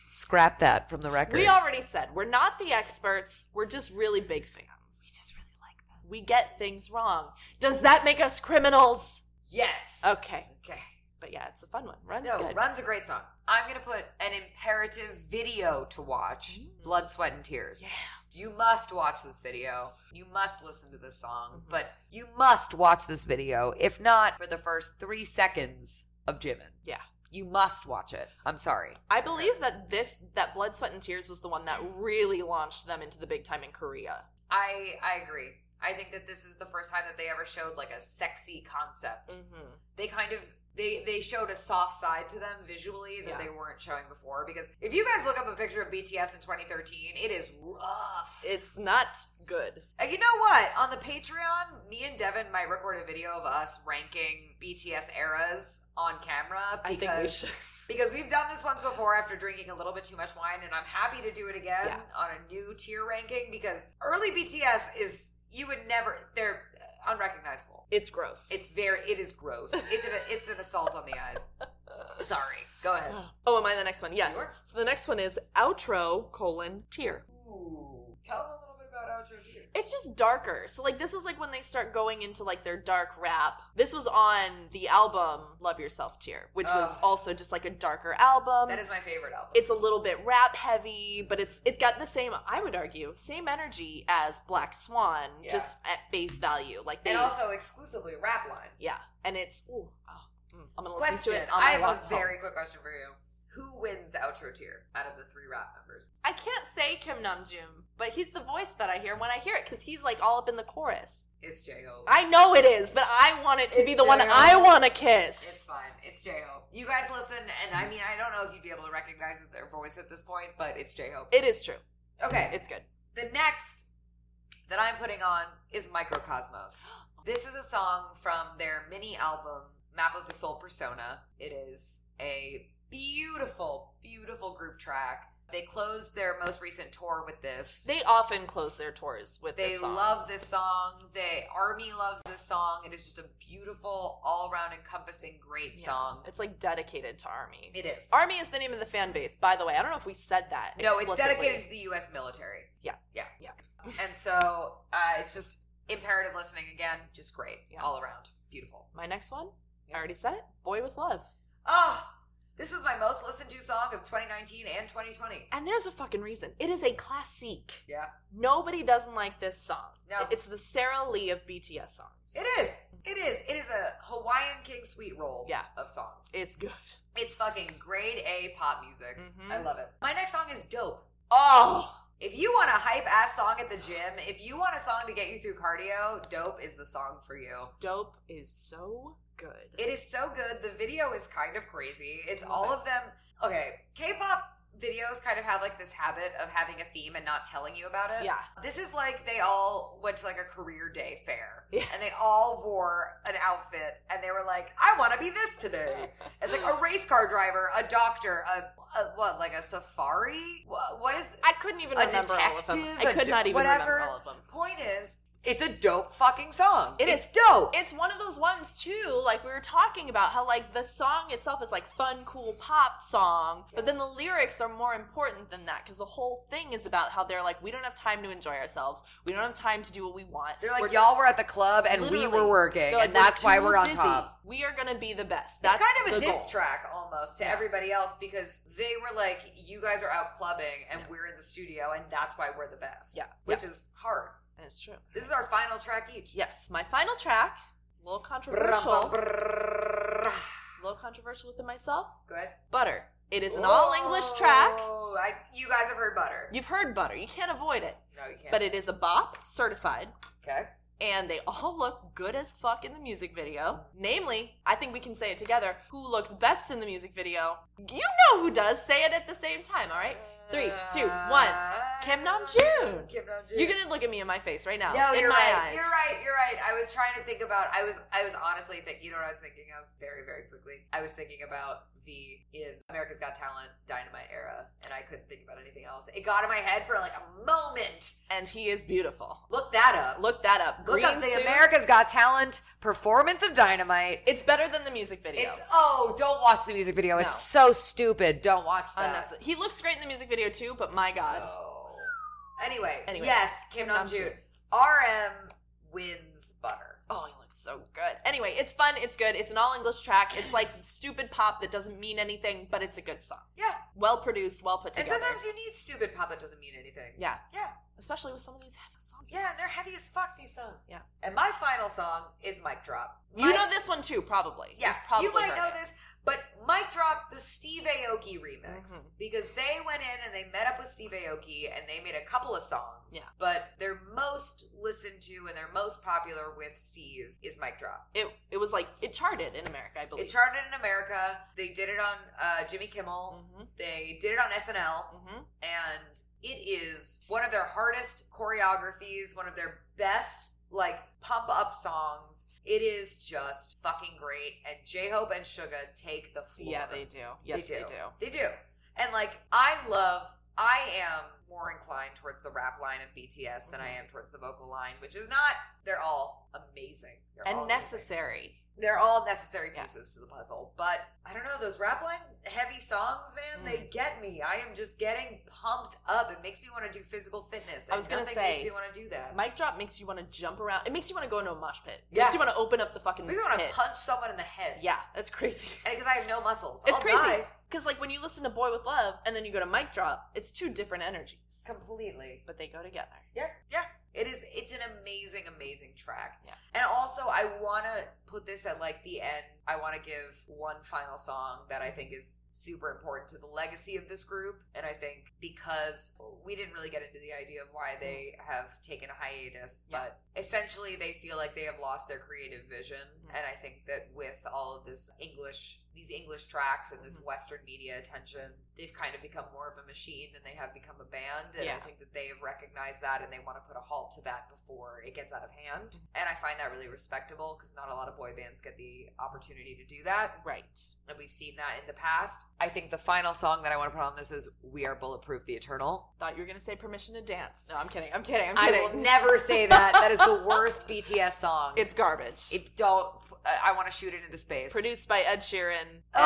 S1: Scrap that from the record.
S3: We already said we're not the experts. We're just really big fans. We just really like them. We get things wrong. Does that make us criminals?
S1: yes.
S3: Okay.
S1: Okay.
S3: But yeah, it's a fun one. Run's
S1: No,
S3: good.
S1: Run's a great song. I'm gonna put an imperative video to watch: Blood, Sweat, and Tears.
S3: Mm. Yeah.
S1: You must watch this video. You must listen to this song,
S3: Mhm.
S1: but you must watch this video. If not for the first three seconds of Jimin,
S3: Yeah.
S1: you must watch it. I'm sorry.
S3: I believe that this that blood, sweat, and tears was the one that really launched them into the big time in Korea.
S1: I I agree. I think that this is the first time that they ever showed like a sexy concept.
S3: Mm-hmm.
S1: They kind of they they showed a soft side to them visually that
S3: Yeah.
S1: they weren't showing before. Because if you guys look up a picture of BTS in 2013, it is rough.
S3: It's not good.
S1: And you know what? On the Patreon, me and Devin might record a video of us ranking BTS eras on camera
S3: I think we
S1: because
S3: should.
S1: because we've done this once before after drinking a little bit too much wine, and I'm happy to do it again
S3: Yeah.
S1: on a new tier ranking because early BTS is you would never they're unrecognizable.
S3: It's gross.
S1: It's very it is gross. It's an it's an assault on the eyes. Sorry, go ahead.
S3: Oh, am I the next one? Yes.
S1: Sure.
S3: So the next one is outro colon tear.
S1: Ooh, tell them a little bit about outro tier.
S3: It's just darker. So like this is like when they start going into like their dark rap. This was on the album Love Yourself Tear, which was
S1: Ugh.
S3: also just like a darker album.
S1: That is my favorite album.
S3: it's a little bit rap heavy, but it's it's got the same I would argue same energy as Black Swan,
S1: Yeah.
S3: just at face value. Like they
S1: and also exclusively rap line.
S3: yeah, and it's ooh, oh, mm, I'm gonna listen
S1: Question.
S3: to it. On my
S1: I have
S3: walk
S1: a
S3: home.
S1: very quick question for you. Who wins outro tier out of the three rap members?
S3: I can't say Kim Namjoon, but he's the voice that I hear when I hear it because he's like all up in the chorus.
S1: It's J-Hope.
S3: I know it is, but I want it to
S1: It's
S3: be the one
S1: there.
S3: I want to
S1: It's
S3: kiss.
S1: fine. It's J-Hope. You guys listen, and
S3: Mm.
S1: I mean, I don't know if you'd be able to recognize their voice at this point, but it's J-Hope.
S3: It is true.
S1: Okay,
S3: It's good.
S1: The next that I'm putting on is Microcosmos. This is a song from their mini album, Map of the Soul Persona. It is a beautiful, beautiful group track. They closed their most recent tour with this.
S3: They often close their tours with
S1: They
S3: this song.
S1: love this song. The army loves this song. It is just a beautiful, all around encompassing, great
S3: Yeah.
S1: song.
S3: It's like dedicated to Army.
S1: It is.
S3: Army is the name of the fan base, by the way. I don't know if we said that.
S1: No, it's
S3: explicitly.
S1: dedicated to the U.S. military.
S3: Yeah.
S1: Yeah.
S3: Yeah.
S1: And so uh, it's just imperative listening again. Just great.
S3: Yeah.
S1: All around. Beautiful.
S3: My next one,
S1: Yeah.
S3: I already said it. Boy with Love.
S1: Oh, Ah, this was my most listened two song of 2019 and 2020.
S3: And there's a fucking reason. It is a classique.
S1: Yeah.
S3: Nobody doesn't like this song.
S1: No.
S3: It's the Sarah Lee of BTS songs.
S1: It is. It is. It is a Hawaiian King sweet roll
S3: Yeah.
S1: of songs.
S3: It's good.
S1: It's fucking grade A pop music.
S3: Mhm.
S1: I love it. My next song is Dope.
S3: Oh,
S1: If you want a hype ass song at the gym, if you want a song to get you through cardio, Dope is the song for you.
S3: dope is so good.
S1: It is so good. The video is kind of crazy. It's all of them. Okay, K-pop videos kind of have like this habit of having a theme and not telling you about it.
S3: yeah.
S1: This is like they all went to like a career day fair
S3: Yeah.
S1: and they all wore an outfit and they were like, I want to be this today. It's like a race car driver, a doctor, a, a what, like a safari? Wha- What is.
S3: I couldn't even
S1: A
S3: remember all of them.
S1: detective,
S3: I
S1: a
S3: could
S1: de-
S3: not even
S1: whatever.
S3: remember all of them.
S1: Point is, it's a dope fucking song.
S3: It
S1: it's
S3: is.
S1: dope.
S3: It's one of those ones too, like we were talking about how like the song itself is like fun, cool pop song, but then the lyrics are more important than that because the whole thing is about how they're like, we don't have time to enjoy ourselves, we don't have time to do what we want.
S1: They're like,
S3: We're-
S1: y'all were at the club and
S3: literally,
S1: we were working,
S3: they're like,
S1: and that's why
S3: too
S1: we're on
S3: busy.
S1: top.
S3: We are gonna be the best. That's
S1: it's kind of a
S3: the
S1: diss
S3: goal.
S1: track almost to
S3: Yeah.
S1: everybody else because they were like, "You guys are out clubbing and we're in the studio, and that's why we're the best."
S3: Yeah,
S1: which is hard.
S3: And it's true.
S1: This is our final track each.
S3: Yes, my final track, a little
S1: Brrrr,
S3: controversial, a
S1: brrrr.
S3: little controversial within myself.
S1: Go ahead.
S3: Butter. It is an all English track.
S1: Oh, I, you guys have heard butter.
S3: You've heard butter. You can't avoid it.
S1: no, you can't.
S3: But it is a bop, certified,
S1: okay.
S3: and they all look good as fuck in the music video. Namely, I think we can say it together. Who looks best in the music video? You know who does. Say it at the same time. All right. Three, two, one. Kim Namjoon.
S1: Uh, Kim Namjoon.
S3: You're gonna look at me in my face right now.
S1: No,
S3: in
S1: you're
S3: my
S1: right.
S3: eyes.
S1: You're right. You're right. I was trying to think about. I was. I was honestly thinking. You know what I was thinking of very, very quickly. I was thinking about the in America's Got Talent Dynamite era, and I couldn't think about anything else. It got in my head for like a moment.
S3: And he is beautiful.
S1: Look that up. Look,
S3: Look that up.
S1: look
S3: Green
S1: up the
S3: suit.
S1: America's Got Talent performance of Dynamite.
S3: It's better than the music video. Uh,
S1: It's oh, don't watch the music video. It's so stupid. Don't watch that.
S3: Unnecessary. He looks great in the music video too, but my god.
S1: Oh. Anyway,
S3: Anyway,
S1: yes, Kim
S3: Nam
S1: Namjoon. RM wins butter.
S3: Oh, he looks so good. Anyway, it's fun, it's good, it's an all English track. It's like stupid pop that doesn't mean anything, but it's a good song.
S1: Yeah,
S3: Well produced, well put
S1: And
S3: together.
S1: sometimes you need stupid pop that doesn't mean anything.
S3: Yeah.
S1: Yeah.
S3: Especially with some of these heavy songs.
S1: Yeah, and they're heavy as fuck, these songs.
S3: Yeah.
S1: And my final song is Mic Drop.
S3: You
S1: My-
S3: know this one too, probably.
S1: Yeah,
S3: You've probably
S1: you might
S3: heard
S1: know
S3: it.
S1: this, but Mic Drop, the Steve Aoki remix,
S3: Mhm.
S1: because they went in and they met up with Steve Aoki and they made a couple of songs.
S3: Yeah.
S1: But their most listened to and their most popular with Steve is Mic Drop.
S3: It it was like it charted in America, I believe.
S1: It charted in America. They did it on uh, Jimmy Kimmel.
S3: Mhm,
S1: They did it on SNL.
S3: mhm.
S1: and it is one of their hardest choreographies, one of their best like pump up songs. It is just fucking great, and J Hope and Suga take the floor.
S3: Yeah, they do. Yes,
S1: They
S3: they
S1: do.
S3: do.
S1: They do, and like I love. I am more inclined towards the rap line of BTS than I
S3: Mm-hmm.
S1: am towards the vocal line, which is not. They're all amazing They're all
S3: And
S1: amazing.
S3: necessary.
S1: They're all necessary
S3: Yeah.
S1: pieces to the puzzle, but I don't know those rap line heavy songs, man.
S3: Mm.
S1: They get me. I am just getting pumped up. It makes me want to do physical fitness.
S3: I
S1: and
S3: was gonna
S1: nothing
S3: say,
S1: makes me want to do that.
S3: Mic drop makes you want to jump around. It makes you want to go into a mosh pit. It
S1: Yeah.
S3: Makes you want to open up the fucking
S1: I just want to
S3: pit.
S1: punch someone in the head.
S3: Yeah, that's crazy.
S1: and because I have no muscles,
S3: It's
S1: I'll
S3: crazy
S1: die
S3: because like when you listen to Boy with Love and then you go to Mic Drop, it's two different energies,
S1: completely.
S3: but they go together.
S1: Yeah, yeah. It is. It's an amazing, amazing track.
S3: Yeah.
S1: And also, I want to put this at like the end. I want to give one final song that I think is super important to the legacy of this group. And I think because we didn't really get into the idea of why they have taken a hiatus,
S3: Mm-hmm. Yeah.
S1: but essentially they feel like they have lost their creative vision.
S3: Mhm.
S1: And I think that with all of this English, these English tracks and
S3: Mm-hmm.
S1: this Western media attention, they've kind of become more of a machine than they have become a band. And I
S3: Yeah.
S1: think that they have recognized that and they want to put a halt to that before it gets out of hand. And I find that really respectable because not a lot of boy bands get the opportunity to do that.
S3: Right.
S1: And we've seen that in the past. I think the final song that I want to put on this is We Are Bulletproof the Eternal.
S3: Thought you were gonna say permission to dance. No, I'm kidding. I'm kidding. I'm
S1: I
S3: kidding.
S1: will never say that. That is the worst BTS song.
S3: It's garbage.
S1: It don't. I want to shoot it into space.
S3: Produced by Ed Sheeran.
S1: Ugh.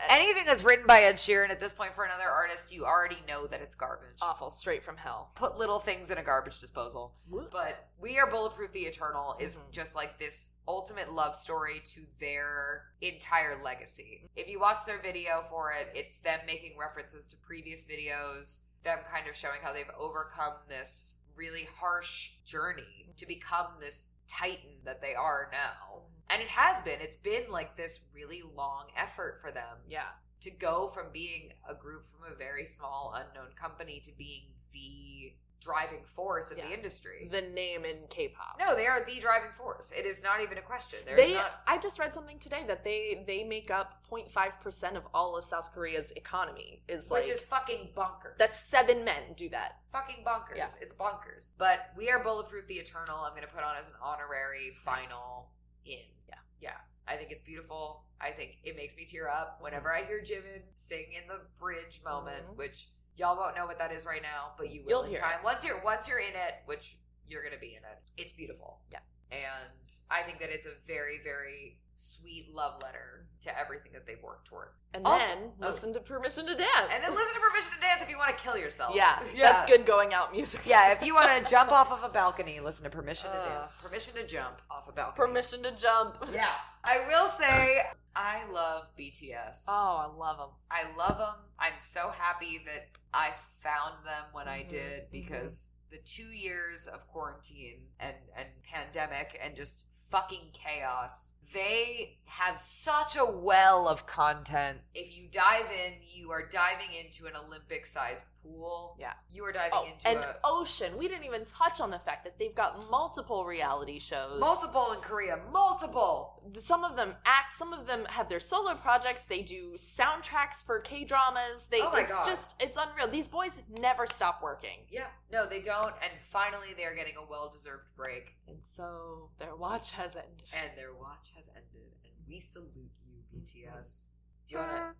S3: and- and
S1: anything that's written by Ed Sheeran at this point for another artist, you already know that it's garbage.
S3: awful, straight from hell.
S1: Put little things in a garbage disposal. But We Are Bulletproof the Eternal is
S3: Mhm.
S1: just like this ultimate love story to their entire legacy. If you watch their video for it, it's them making references to previous videos, them kind of showing how they've overcome this really harsh journey to become this titan that they are now. And it has been. It's been like this really long effort for them
S5: Yeah.
S1: to go from being a group from a very small unknown company to being the driving force of the
S3: Yeah.
S1: industry.
S3: the name in K-pop.
S1: no, they are the driving force. It is not even a question. There is
S3: they.
S1: not
S3: I just read something today that they they make up 0.5 percent of all of South Korea's economy. Is like
S1: which is fucking bonkers.
S3: that's seven men do that.
S1: fucking bonkers.
S3: Yeah.
S1: It's bonkers. But we are bulletproof the eternal. I'm going to put on as an honorary final in.
S3: Yeah.
S1: yeah. I think it's beautiful. I think it makes me tear up whenever I hear Jimin sing in the bridge moment,
S3: Mhm.
S1: which y'all won't know what that is right now, but you will
S3: You'll
S1: in
S3: hear
S1: time. Once you're once you're in it, which you're gonna be in it. It's beautiful.
S3: Yeah.
S1: And I think that it's a very, very sweet love letter to everything that they've worked towards.
S3: And
S1: Also-
S3: then
S1: oh.
S3: listen to Permission to Dance.
S1: And then listen to Permission to Dance if you want to kill yourself.
S3: yeah, that's good going out music.
S1: Yeah, if you want to jump off of a balcony, listen to Permission to
S3: Ugh.
S1: Dance. Permission to jump off a balcony.
S3: Permission to jump.
S1: Yeah. I will say, I love BTS.
S5: Oh, I love them.
S1: I love them. I'm so happy that I found them when I
S3: Mhm,
S1: did because the two years of quarantine and, and pandemic and just fucking chaos, they have such a well of content. If you dive in, you are diving into an Olympic sized pool.
S3: Yeah.
S1: You are diving
S3: Oh,
S1: into
S3: and
S1: a.
S3: Ocean. We didn't even touch on the fact that they've got multiple reality shows.
S1: Multiple in Korea, multiple.
S3: Some of them act. Some of them have their solo projects. They do soundtracks for K dramas. They.
S1: Oh my
S3: it's
S1: God.
S3: just. It's unreal. These boys never stop working,
S1: Yeah, no, they don't. And finally, they are getting a well deserved break.
S3: and so their watch has ended.
S1: And their watch has ended, and we salute you, BTS. Do you wanna?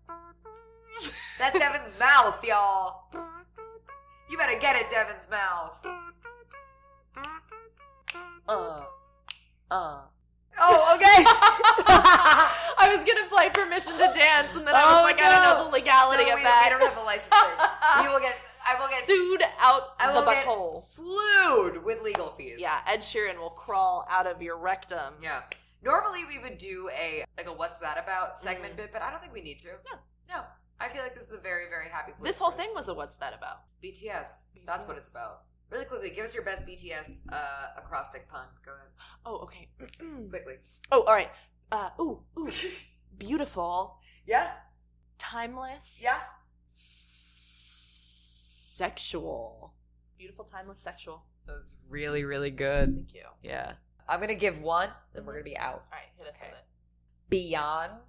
S1: That's Devin's mouth, y'all. You better get it, Devin's mouth.
S3: Uh. Uh.
S1: Oh, okay.
S3: I was gonna play Permission to Dance, and then I was
S1: Oh,
S3: like, I don't
S1: no.
S3: know the legality
S1: No,
S3: of
S1: we,
S3: that.
S1: we don't have a license. plate. We will get. I will get
S3: sued out
S1: I
S3: the
S1: will get
S3: butthole.
S1: slewed with legal fees.
S3: Yeah, Ed Sheeran will crawl out of your rectum.
S1: Yeah. Normally we would do a like a what's that about segment
S3: Mhm.
S1: bit, but I don't think we need to. No. No. I feel like this is a very, very happy place.
S3: This whole
S1: for us.
S3: thing was a what's that about?
S1: BTS. That's what it's about. Really quickly, give us your best BTS uh, acrostic pun. Go ahead.
S3: Oh, okay.
S1: Quickly.
S3: oh, all right. Uh, ooh, ooh, beautiful,
S1: Yeah.
S3: timeless.
S1: Yeah.
S3: Sexual. Beautiful, timeless, sexual.
S1: That was really, really good.
S3: Thank you. All
S1: Yeah. I'm going to give one, then we're going to be out.
S3: right, hit us with it.
S1: Beyond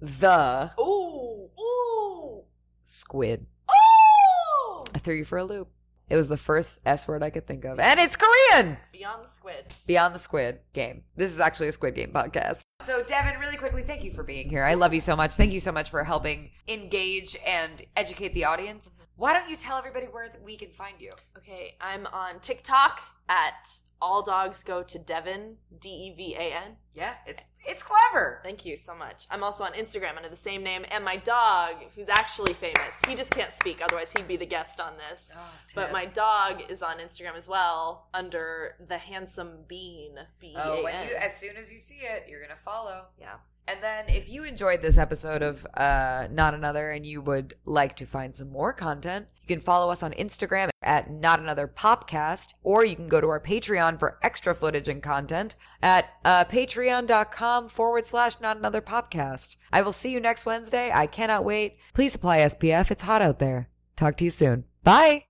S1: the
S3: Ooh, ooh,
S1: squid.
S3: ooh!
S1: I threw you for a loop. It was the first S word I could think of. And it's Korean!
S3: Beyond the squid.
S1: Beyond the Squid game. This is actually a Squid Game podcast. So, Devin, really quickly, thank you for being here. I love you so much. Thank you so much for helping engage and educate the audience. Why don't you tell everybody where th- we can find you?
S3: Okay, I'm on TikTok at All Dogs Go to Devon, D E V A N.
S1: Yeah, it's it's clever.
S3: Thank you so much. I'm also on Instagram under the same name, and my dog, who's actually famous, he just can't speak, otherwise, he'd be the guest on this.
S1: Oh,
S3: But my dog is on Instagram as well under the handsome bean. B E
S1: oh,
S3: A
S1: when
S3: N.
S1: you as soon as you see it, you're gonna follow.
S3: Yeah.
S1: And then, if you enjoyed this episode of uh, Not Another and you would like to find some more content, you can follow us on Instagram at Not Another Popcast, or you can go to our Patreon for extra footage and content at uh, patreon.com forward slash Not Another Popcast. I will see you next Wednesday. I cannot wait. Please apply SPF. It's hot out there. Talk to you soon. Bye.